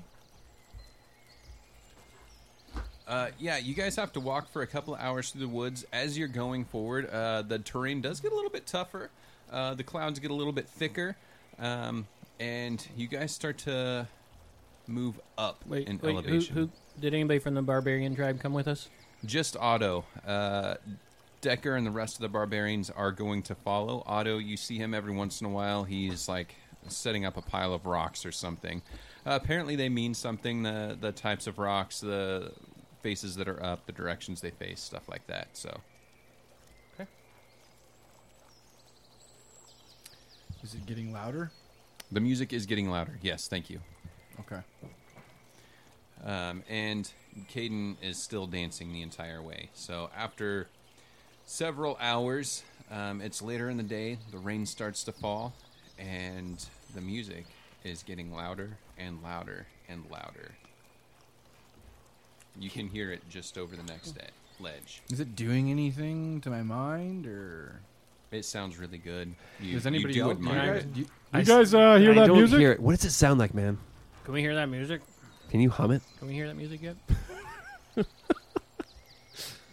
A: Uh, yeah, you guys have to walk for a couple of hours through the woods. As you're going forward, uh, the terrain does get a little bit tougher. Uh, the clouds get a little bit thicker, um, and you guys start to move up
D: Wait,
A: in
D: wait who,
A: elevation.
D: who did anybody from the barbarian tribe come with us?
A: Just Otto, uh, Decker, and the rest of the barbarians are going to follow. Otto, you see him every once in a while. He's like setting up a pile of rocks or something. Uh, apparently, they mean something. The the types of rocks, the faces that are up, the directions they face, stuff like that. So
B: Is it getting louder?
A: the music is getting louder. Yes, thank you.
B: Okay.
A: Um, and Caden is still dancing the entire way. So after several hours, um, it's later in the day, the rain starts to fall, and the music is getting louder and louder and louder. You can hear it just over the next ed- ledge.
B: Is it doing anything to my mind or?
A: It sounds really good. You,
B: Does anybody
A: you do
B: else? do you
A: admire
B: guys-
A: it.
B: do you-
E: You guys uh, hear
C: I
E: that
C: don't
E: music?
C: hear it. What does it sound like, man?
D: Can we hear that music?
C: Can you hum it?
D: Can we hear that music yet?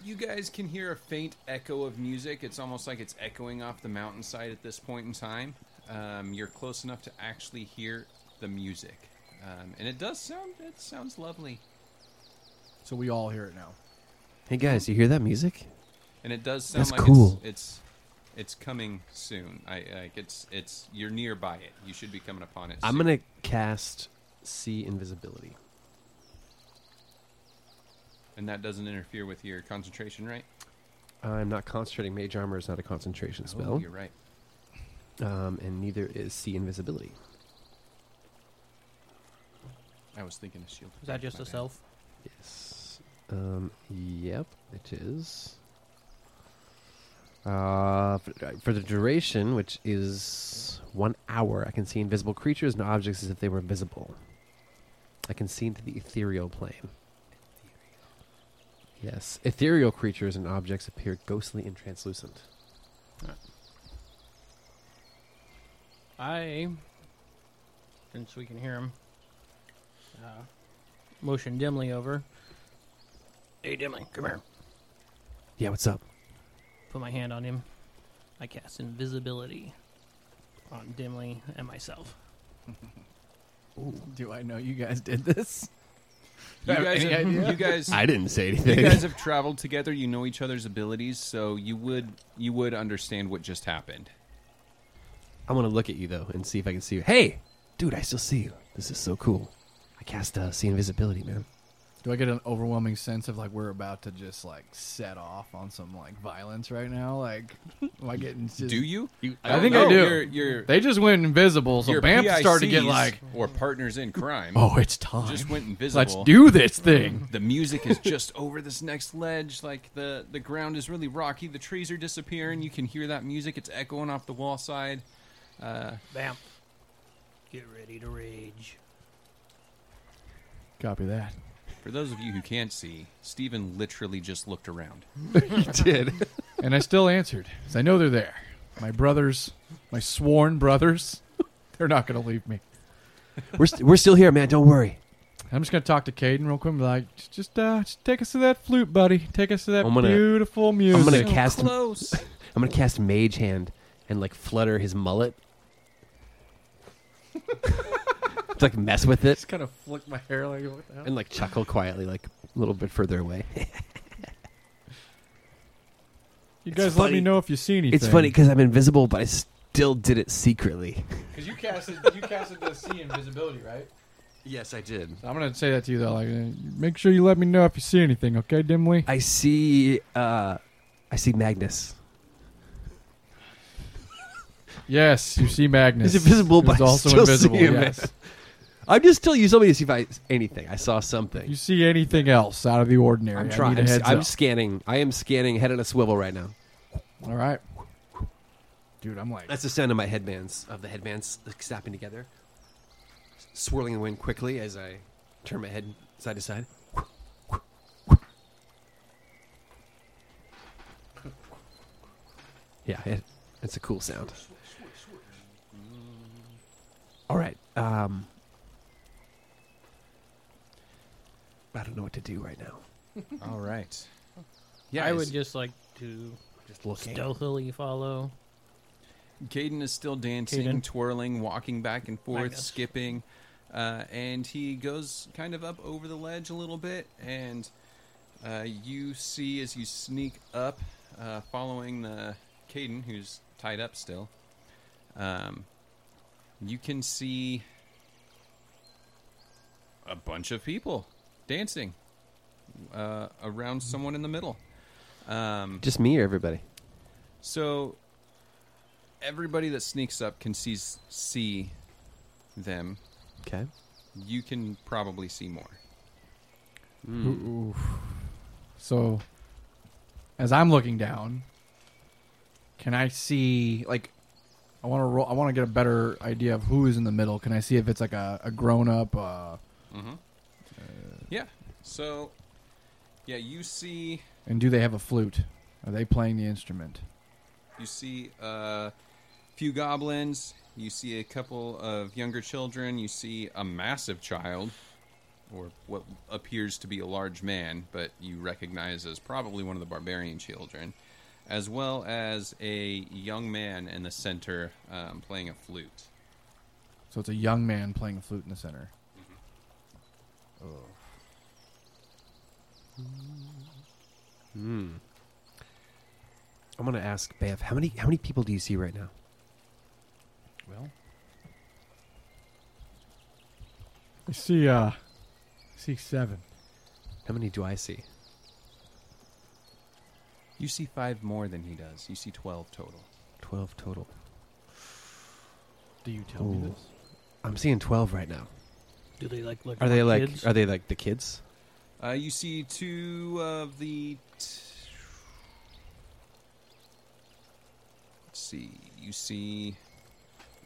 A: You guys can hear a faint echo of music. It's almost like it's echoing off the mountainside at this point in time. Um, you're close enough to actually hear the music, um, and it does sound. It sounds lovely,
B: So we all hear it now.
C: Hey guys, you hear that music?
A: and it does sound
C: That's
A: like
C: cool.
A: it's, it's it's coming soon. I like it's it's you're nearby it. You should be coming upon it.
C: I'm
A: soon.
C: gonna cast see invisibility.
A: and that doesn't interfere with your concentration, right?
C: I'm not concentrating. Mage armor is not a concentration
A: Oh,
C: spell,
A: you're right.
C: um, and neither is see invisibility.
A: I was thinking of shield.
D: Is that just
A: My
D: a
A: bad.
D: self?
C: Yes. Um, yep, it is. Uh, for, for the duration, which is one hour, I can see invisible creatures and objects as if they were visible. I can see into the ethereal plane. Yes, ethereal creatures and objects appear ghostly and translucent.
D: I, since we can hear him, uh, motion dimly over. Hey, dimly, come here.
C: Yeah, what's up?
D: Put my hand on him. I cast invisibility on dimly and myself.
B: Do I know you guys did this?
A: You
B: Have
A: guys,
B: any
A: have,
B: idea?
A: you guys,
C: didn't say
A: you
C: anything.
A: guys have traveled together. You know each other's abilities, so you would you would understand what just happened.
C: I want to look at you though and see if I can see you. Hey, dude, I still see you. This is so cool. I cast uh, see invisibility, man.
B: Do I get an overwhelming sense of like we're about to just like set off on some like violence right now? Like, am I getting? Just,
A: Do you?
B: I think I
A: know.
B: do.
A: You're, you're,
B: They just went invisible, so
A: your
B: Bamp started to get
A: PICs
B: like,
A: or partners in crime.
B: "Oh, it's time.
A: just went invisible.
B: Let's do this thing."
A: the music is just over this next ledge. Like the the ground is really rocky. The trees are disappearing. You can hear that music. It's echoing off the wall side.
D: Bam. Get ready to rage.
B: Copy that.
A: For those of you who can't see, Steven literally just looked around.
C: Did
B: And I still answered 'cause I know they're there. My brothers, my sworn brothers, they're not going to leave me.
C: we're st- we're still here, man. Don't worry.
B: I'm just going to talk to Caden real quick. and be Like, "J- just uh, just take us to that flute, buddy. Take us to that
C: I'm gonna-
B: beautiful music.
C: I'm gonna cast I'm
A: Close.
C: gonna cast Mage Hand and like flutter his mullet. to, like mess with it
B: just kind of flick my hair like, what the hell?
C: and like chuckle quietly, like a little bit further away.
B: you
C: it's
B: guys let me
C: funny.
B: know if you see anything.
C: it's funny because I'm invisible, but I still did it secretly.
B: because you casted you casted the sea invisibility, right?
C: Yes, I did.
B: I'm gonna say that to you though. Like, uh, make sure you let me know if you see anything, okay, Dimly?
C: I see. uh I see Magnus.
B: Yes, you see Magnus.
C: He's invisible, but
B: Who's
C: I
B: also
C: still see
B: invisible.
C: him, man.
B: yes.
C: I'm just telling you somebody to see if I anything. I saw something.
B: You see anything else out of the ordinary?
C: I'm
B: I
C: trying.
B: need a
C: I'm,
B: heads
C: s- I'm
B: up.
C: scanning. I am scanning. Head on a swivel right now.
B: All right, dude. I'm like,
C: That's the sound of my headbands, of the headbands like, snapping together, s- swirling in the wind quickly as I turn my head side to side. Yeah, it, it's a cool sound. All right. Um, I don't know what to do right now.
A: All right.
C: Yeah,
D: I
C: it's
D: would just like to
C: just looking.
D: stealthily follow.
A: Caden is still dancing,
D: Caden.
A: twirling, walking back and forth,
D: Magnus.
A: skipping, uh, and he goes kind of up over the ledge a little bit. And uh, you see as you sneak up, uh, following the Caden, who's tied up still. Um, you can see a bunch of people dancing uh, around someone in the middle. Um,
C: Just me or everybody?
A: so everybody that sneaks up can see see them.
C: Okay.
A: You can probably see more.
B: ooh. so as I'm looking down, can I see like? I want to roll. I want to get a better idea of who is in the middle. Can I see if it's like a, a grown up? Uh,
A: Yeah. So yeah, you see
B: and do they have a flute? Are they playing the instrument?
A: you see a few goblins. You see a couple of younger children. You see a massive child, or what appears to be a large man, but you recognize as probably one of the barbarian children, as well as a young man in the center um, playing a flute.
B: So it's a young man playing a flute in the center.
C: I'm gonna ask Bamf, how many how many people do you see right now?
B: Well, I see. Uh, I see seven.
C: How many do I see?
A: You see five more than he does. You see 12 total.
C: Twelve total.
B: Do you tell
C: me Ooh. this? I'm seeing twelve right now.
D: Do they like look?
C: Are they like
D: kids?
C: are they like the kids?
A: Uh, you see two of the. T- Let's see. You see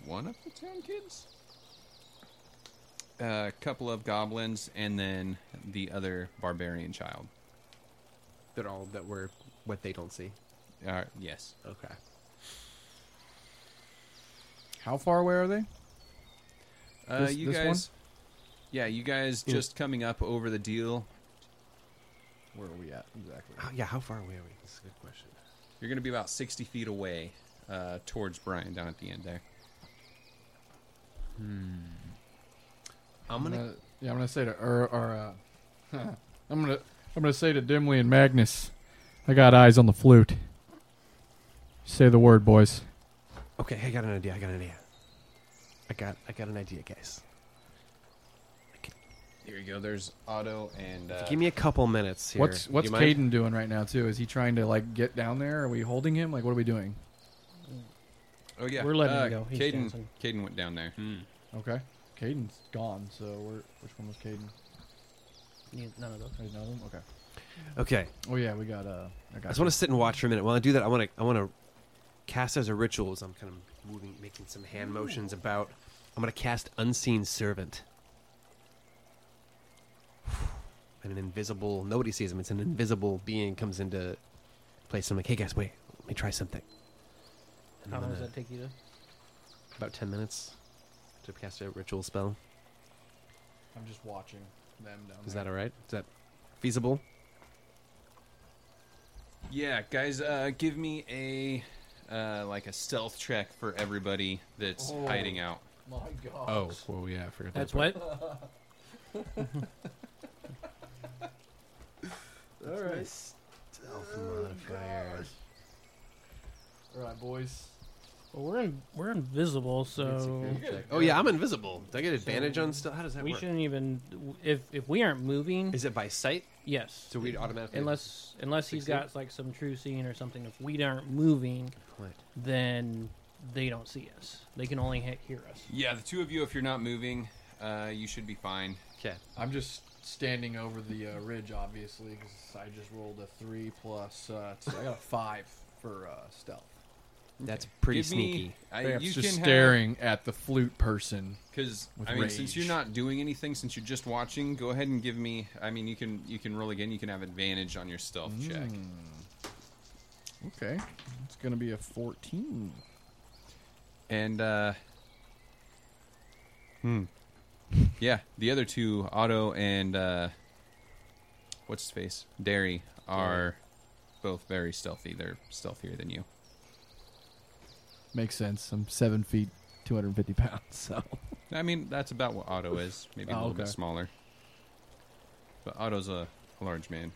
A: one of the town kids, a couple of goblins, and then the other barbarian child.
C: That all that were what they don't see.
A: Uh, yes.
C: Okay.
B: How far away are they?
A: Uh,
B: This-
A: you
B: this one?
A: guys. Yeah, you guys
C: Yeah.
A: just coming up over the deal.
B: Where are we at exactly?
C: yeah, how far away are we? That's a good question.
A: You're going to be about 60 feet away uh, towards Brian down at the end there.
C: I'm
B: I'm
C: gonna,
B: gonna, yeah, I'm gonna say to or, or uh, I'm gonna I'm gonna say to Dimly and Magnus, I got eyes on the flute. Say the word, boys.
C: Uh, Okay, I got an idea, I got an idea. I got I got an idea, guys. I could
A: Here you go. There's Otto and. Uh,
C: Give me a couple minutes here.
B: What's
C: Do
B: what's
C: you mind?
B: Caden doing right now too? Is he trying to like get down there? Are we holding him? Like what are we doing?
A: oh yeah,
D: We're letting
A: uh,
D: him go. He's
A: Caden,
D: dancing.
A: Caden went down there.
B: Okay. Caden's gone, so we're which one was Caden?
D: None of those.
B: Right, none of them? Okay.
C: Okay.
B: Oh yeah, we got uh I
C: I
B: got
C: just want to sit and watch for a minute. While I do that, I want to I want to cast as a ritual as I'm kind of moving, making some hand motions about. I'm going to cast Unseen Servant. And an invisible, nobody sees him. It's an invisible being comes into place. I'm like, hey guys, wait, let me try something. And
D: How
C: then,
D: long does
C: uh,
D: that take you to?
C: About ten minutes to cast a ritual spell.
B: I'm just watching them down
C: Is
B: there.
C: that all right? Is that feasible?
A: Yeah, guys, uh, give me a uh, like a stealth check for everybody that's
B: Oh.
A: hiding out.
B: My god. Oh, well yeah, I forgot
D: That's
B: that.
D: what?
B: All right. Oh,
C: Stealth modifier.
B: All right, boys.
D: Well, we're in, we're invisible, so
C: Oh yeah, I'm invisible. Do I get advantage on stuff? How does that
D: we
C: work?
D: shouldn't even. If if we aren't moving,
C: Is it by sight?
D: yes.
C: So we automatically
D: unless unless he's
C: Succeed?
D: got like some true seeing or something. If we aren't moving,
C: Point.
D: then they don't see us. They can only he- hear us.
A: Yeah, the two of you, if you're not moving, uh, you should be fine.
C: Okay.
B: I'm just standing over the uh, ridge obviously cuz I just rolled a 3 plus uh t- I got a 5 for uh stealth.
C: That's pretty
A: Give me-
C: sneaky.
A: I,
B: Vamps
A: you
B: just
A: can
B: staring at the flute person.
A: because
B: with
A: I mean, since
B: rage.
A: you're not doing anything, since you're just watching, go ahead and give me. I mean, you can you can roll again. You can have advantage on your stealth
B: Mm.
A: check.
B: Hmm. Okay. It's going to be a 14.
A: And uh Hmm. Yeah, the other two, Otto and uh what's his face? Derry are both very stealthy. They're stealthier than you.
B: Makes sense. I'm 7 feet, 250 pounds, so
A: I mean, that's about what Otto is, maybe a
B: Oh,
A: little bit
B: okay.
A: smaller. But Otto's a, a large man.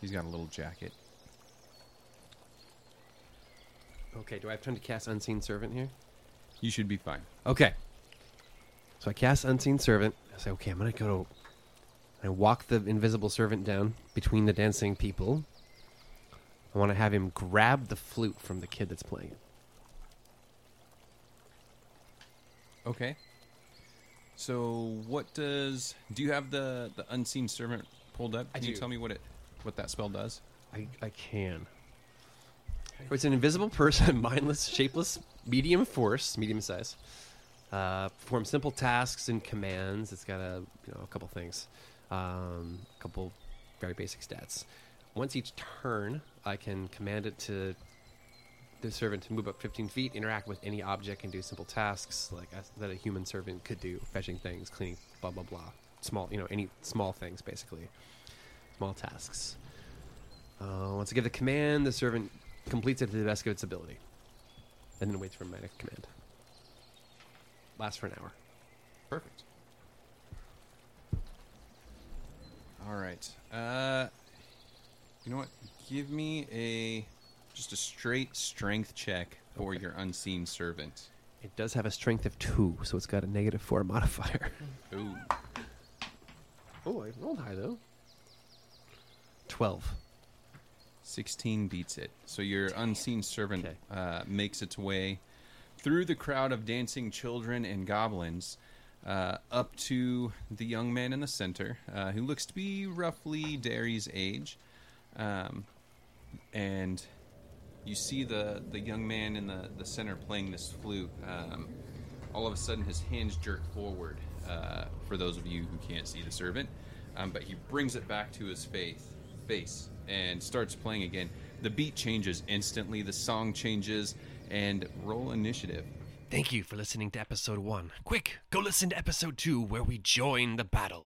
A: He's got a little jacket.
C: Okay, do I have time to cast Unseen Servant here?
A: You should be fine.
C: Okay. So I cast Unseen Servant. I say, okay, I'm gonna go to I walk the invisible servant down between the dancing people. I wanna have him grab the flute from the kid that's playing it.
A: Okay. So what does do you have the the unseen servant pulled up?
C: I
A: Can you
C: do.
A: tell me what it what that spell does?
C: I, I can. It's an invisible person, mindless, shapeless, medium force, medium size. Uh, perform simple tasks and commands. It's got a you know a couple things, um, a couple very basic stats. Once each turn, I can command it to the servant to move up 15 feet, interact with any object, and do simple tasks like as- that a human servant could do: fetching things, cleaning, blah blah blah. Small, you know, any small things basically, small tasks. Uh, once I give the command, the servant completes it to the best of its ability, and then waits for my next command. Lasts for an hour.
A: Perfect. All right. Uh, you know what? Give me a just a straight strength check for your unseen servant.
C: It does have a strength of two, so it's got a negative four modifier.
A: Ooh,
C: oh, I rolled high though. Twelve.
A: 16 beats it. So your unseen servant
C: Okay.
A: uh, makes its way through the crowd of dancing children and goblins uh, up to the young man in the center, uh, who looks to be roughly Derry's age. Um, and you see the, the young man in the, the center playing this flute. Um, all of a sudden, his hands jerk forward. Uh, for those of you who can't see the servant, um, but he brings it back to his faith, face and starts playing again. The beat changes instantly. The song changes, and roll initiative.
C: Thank you for listening to episode one. Quick, go listen to episode two, where we join the battle.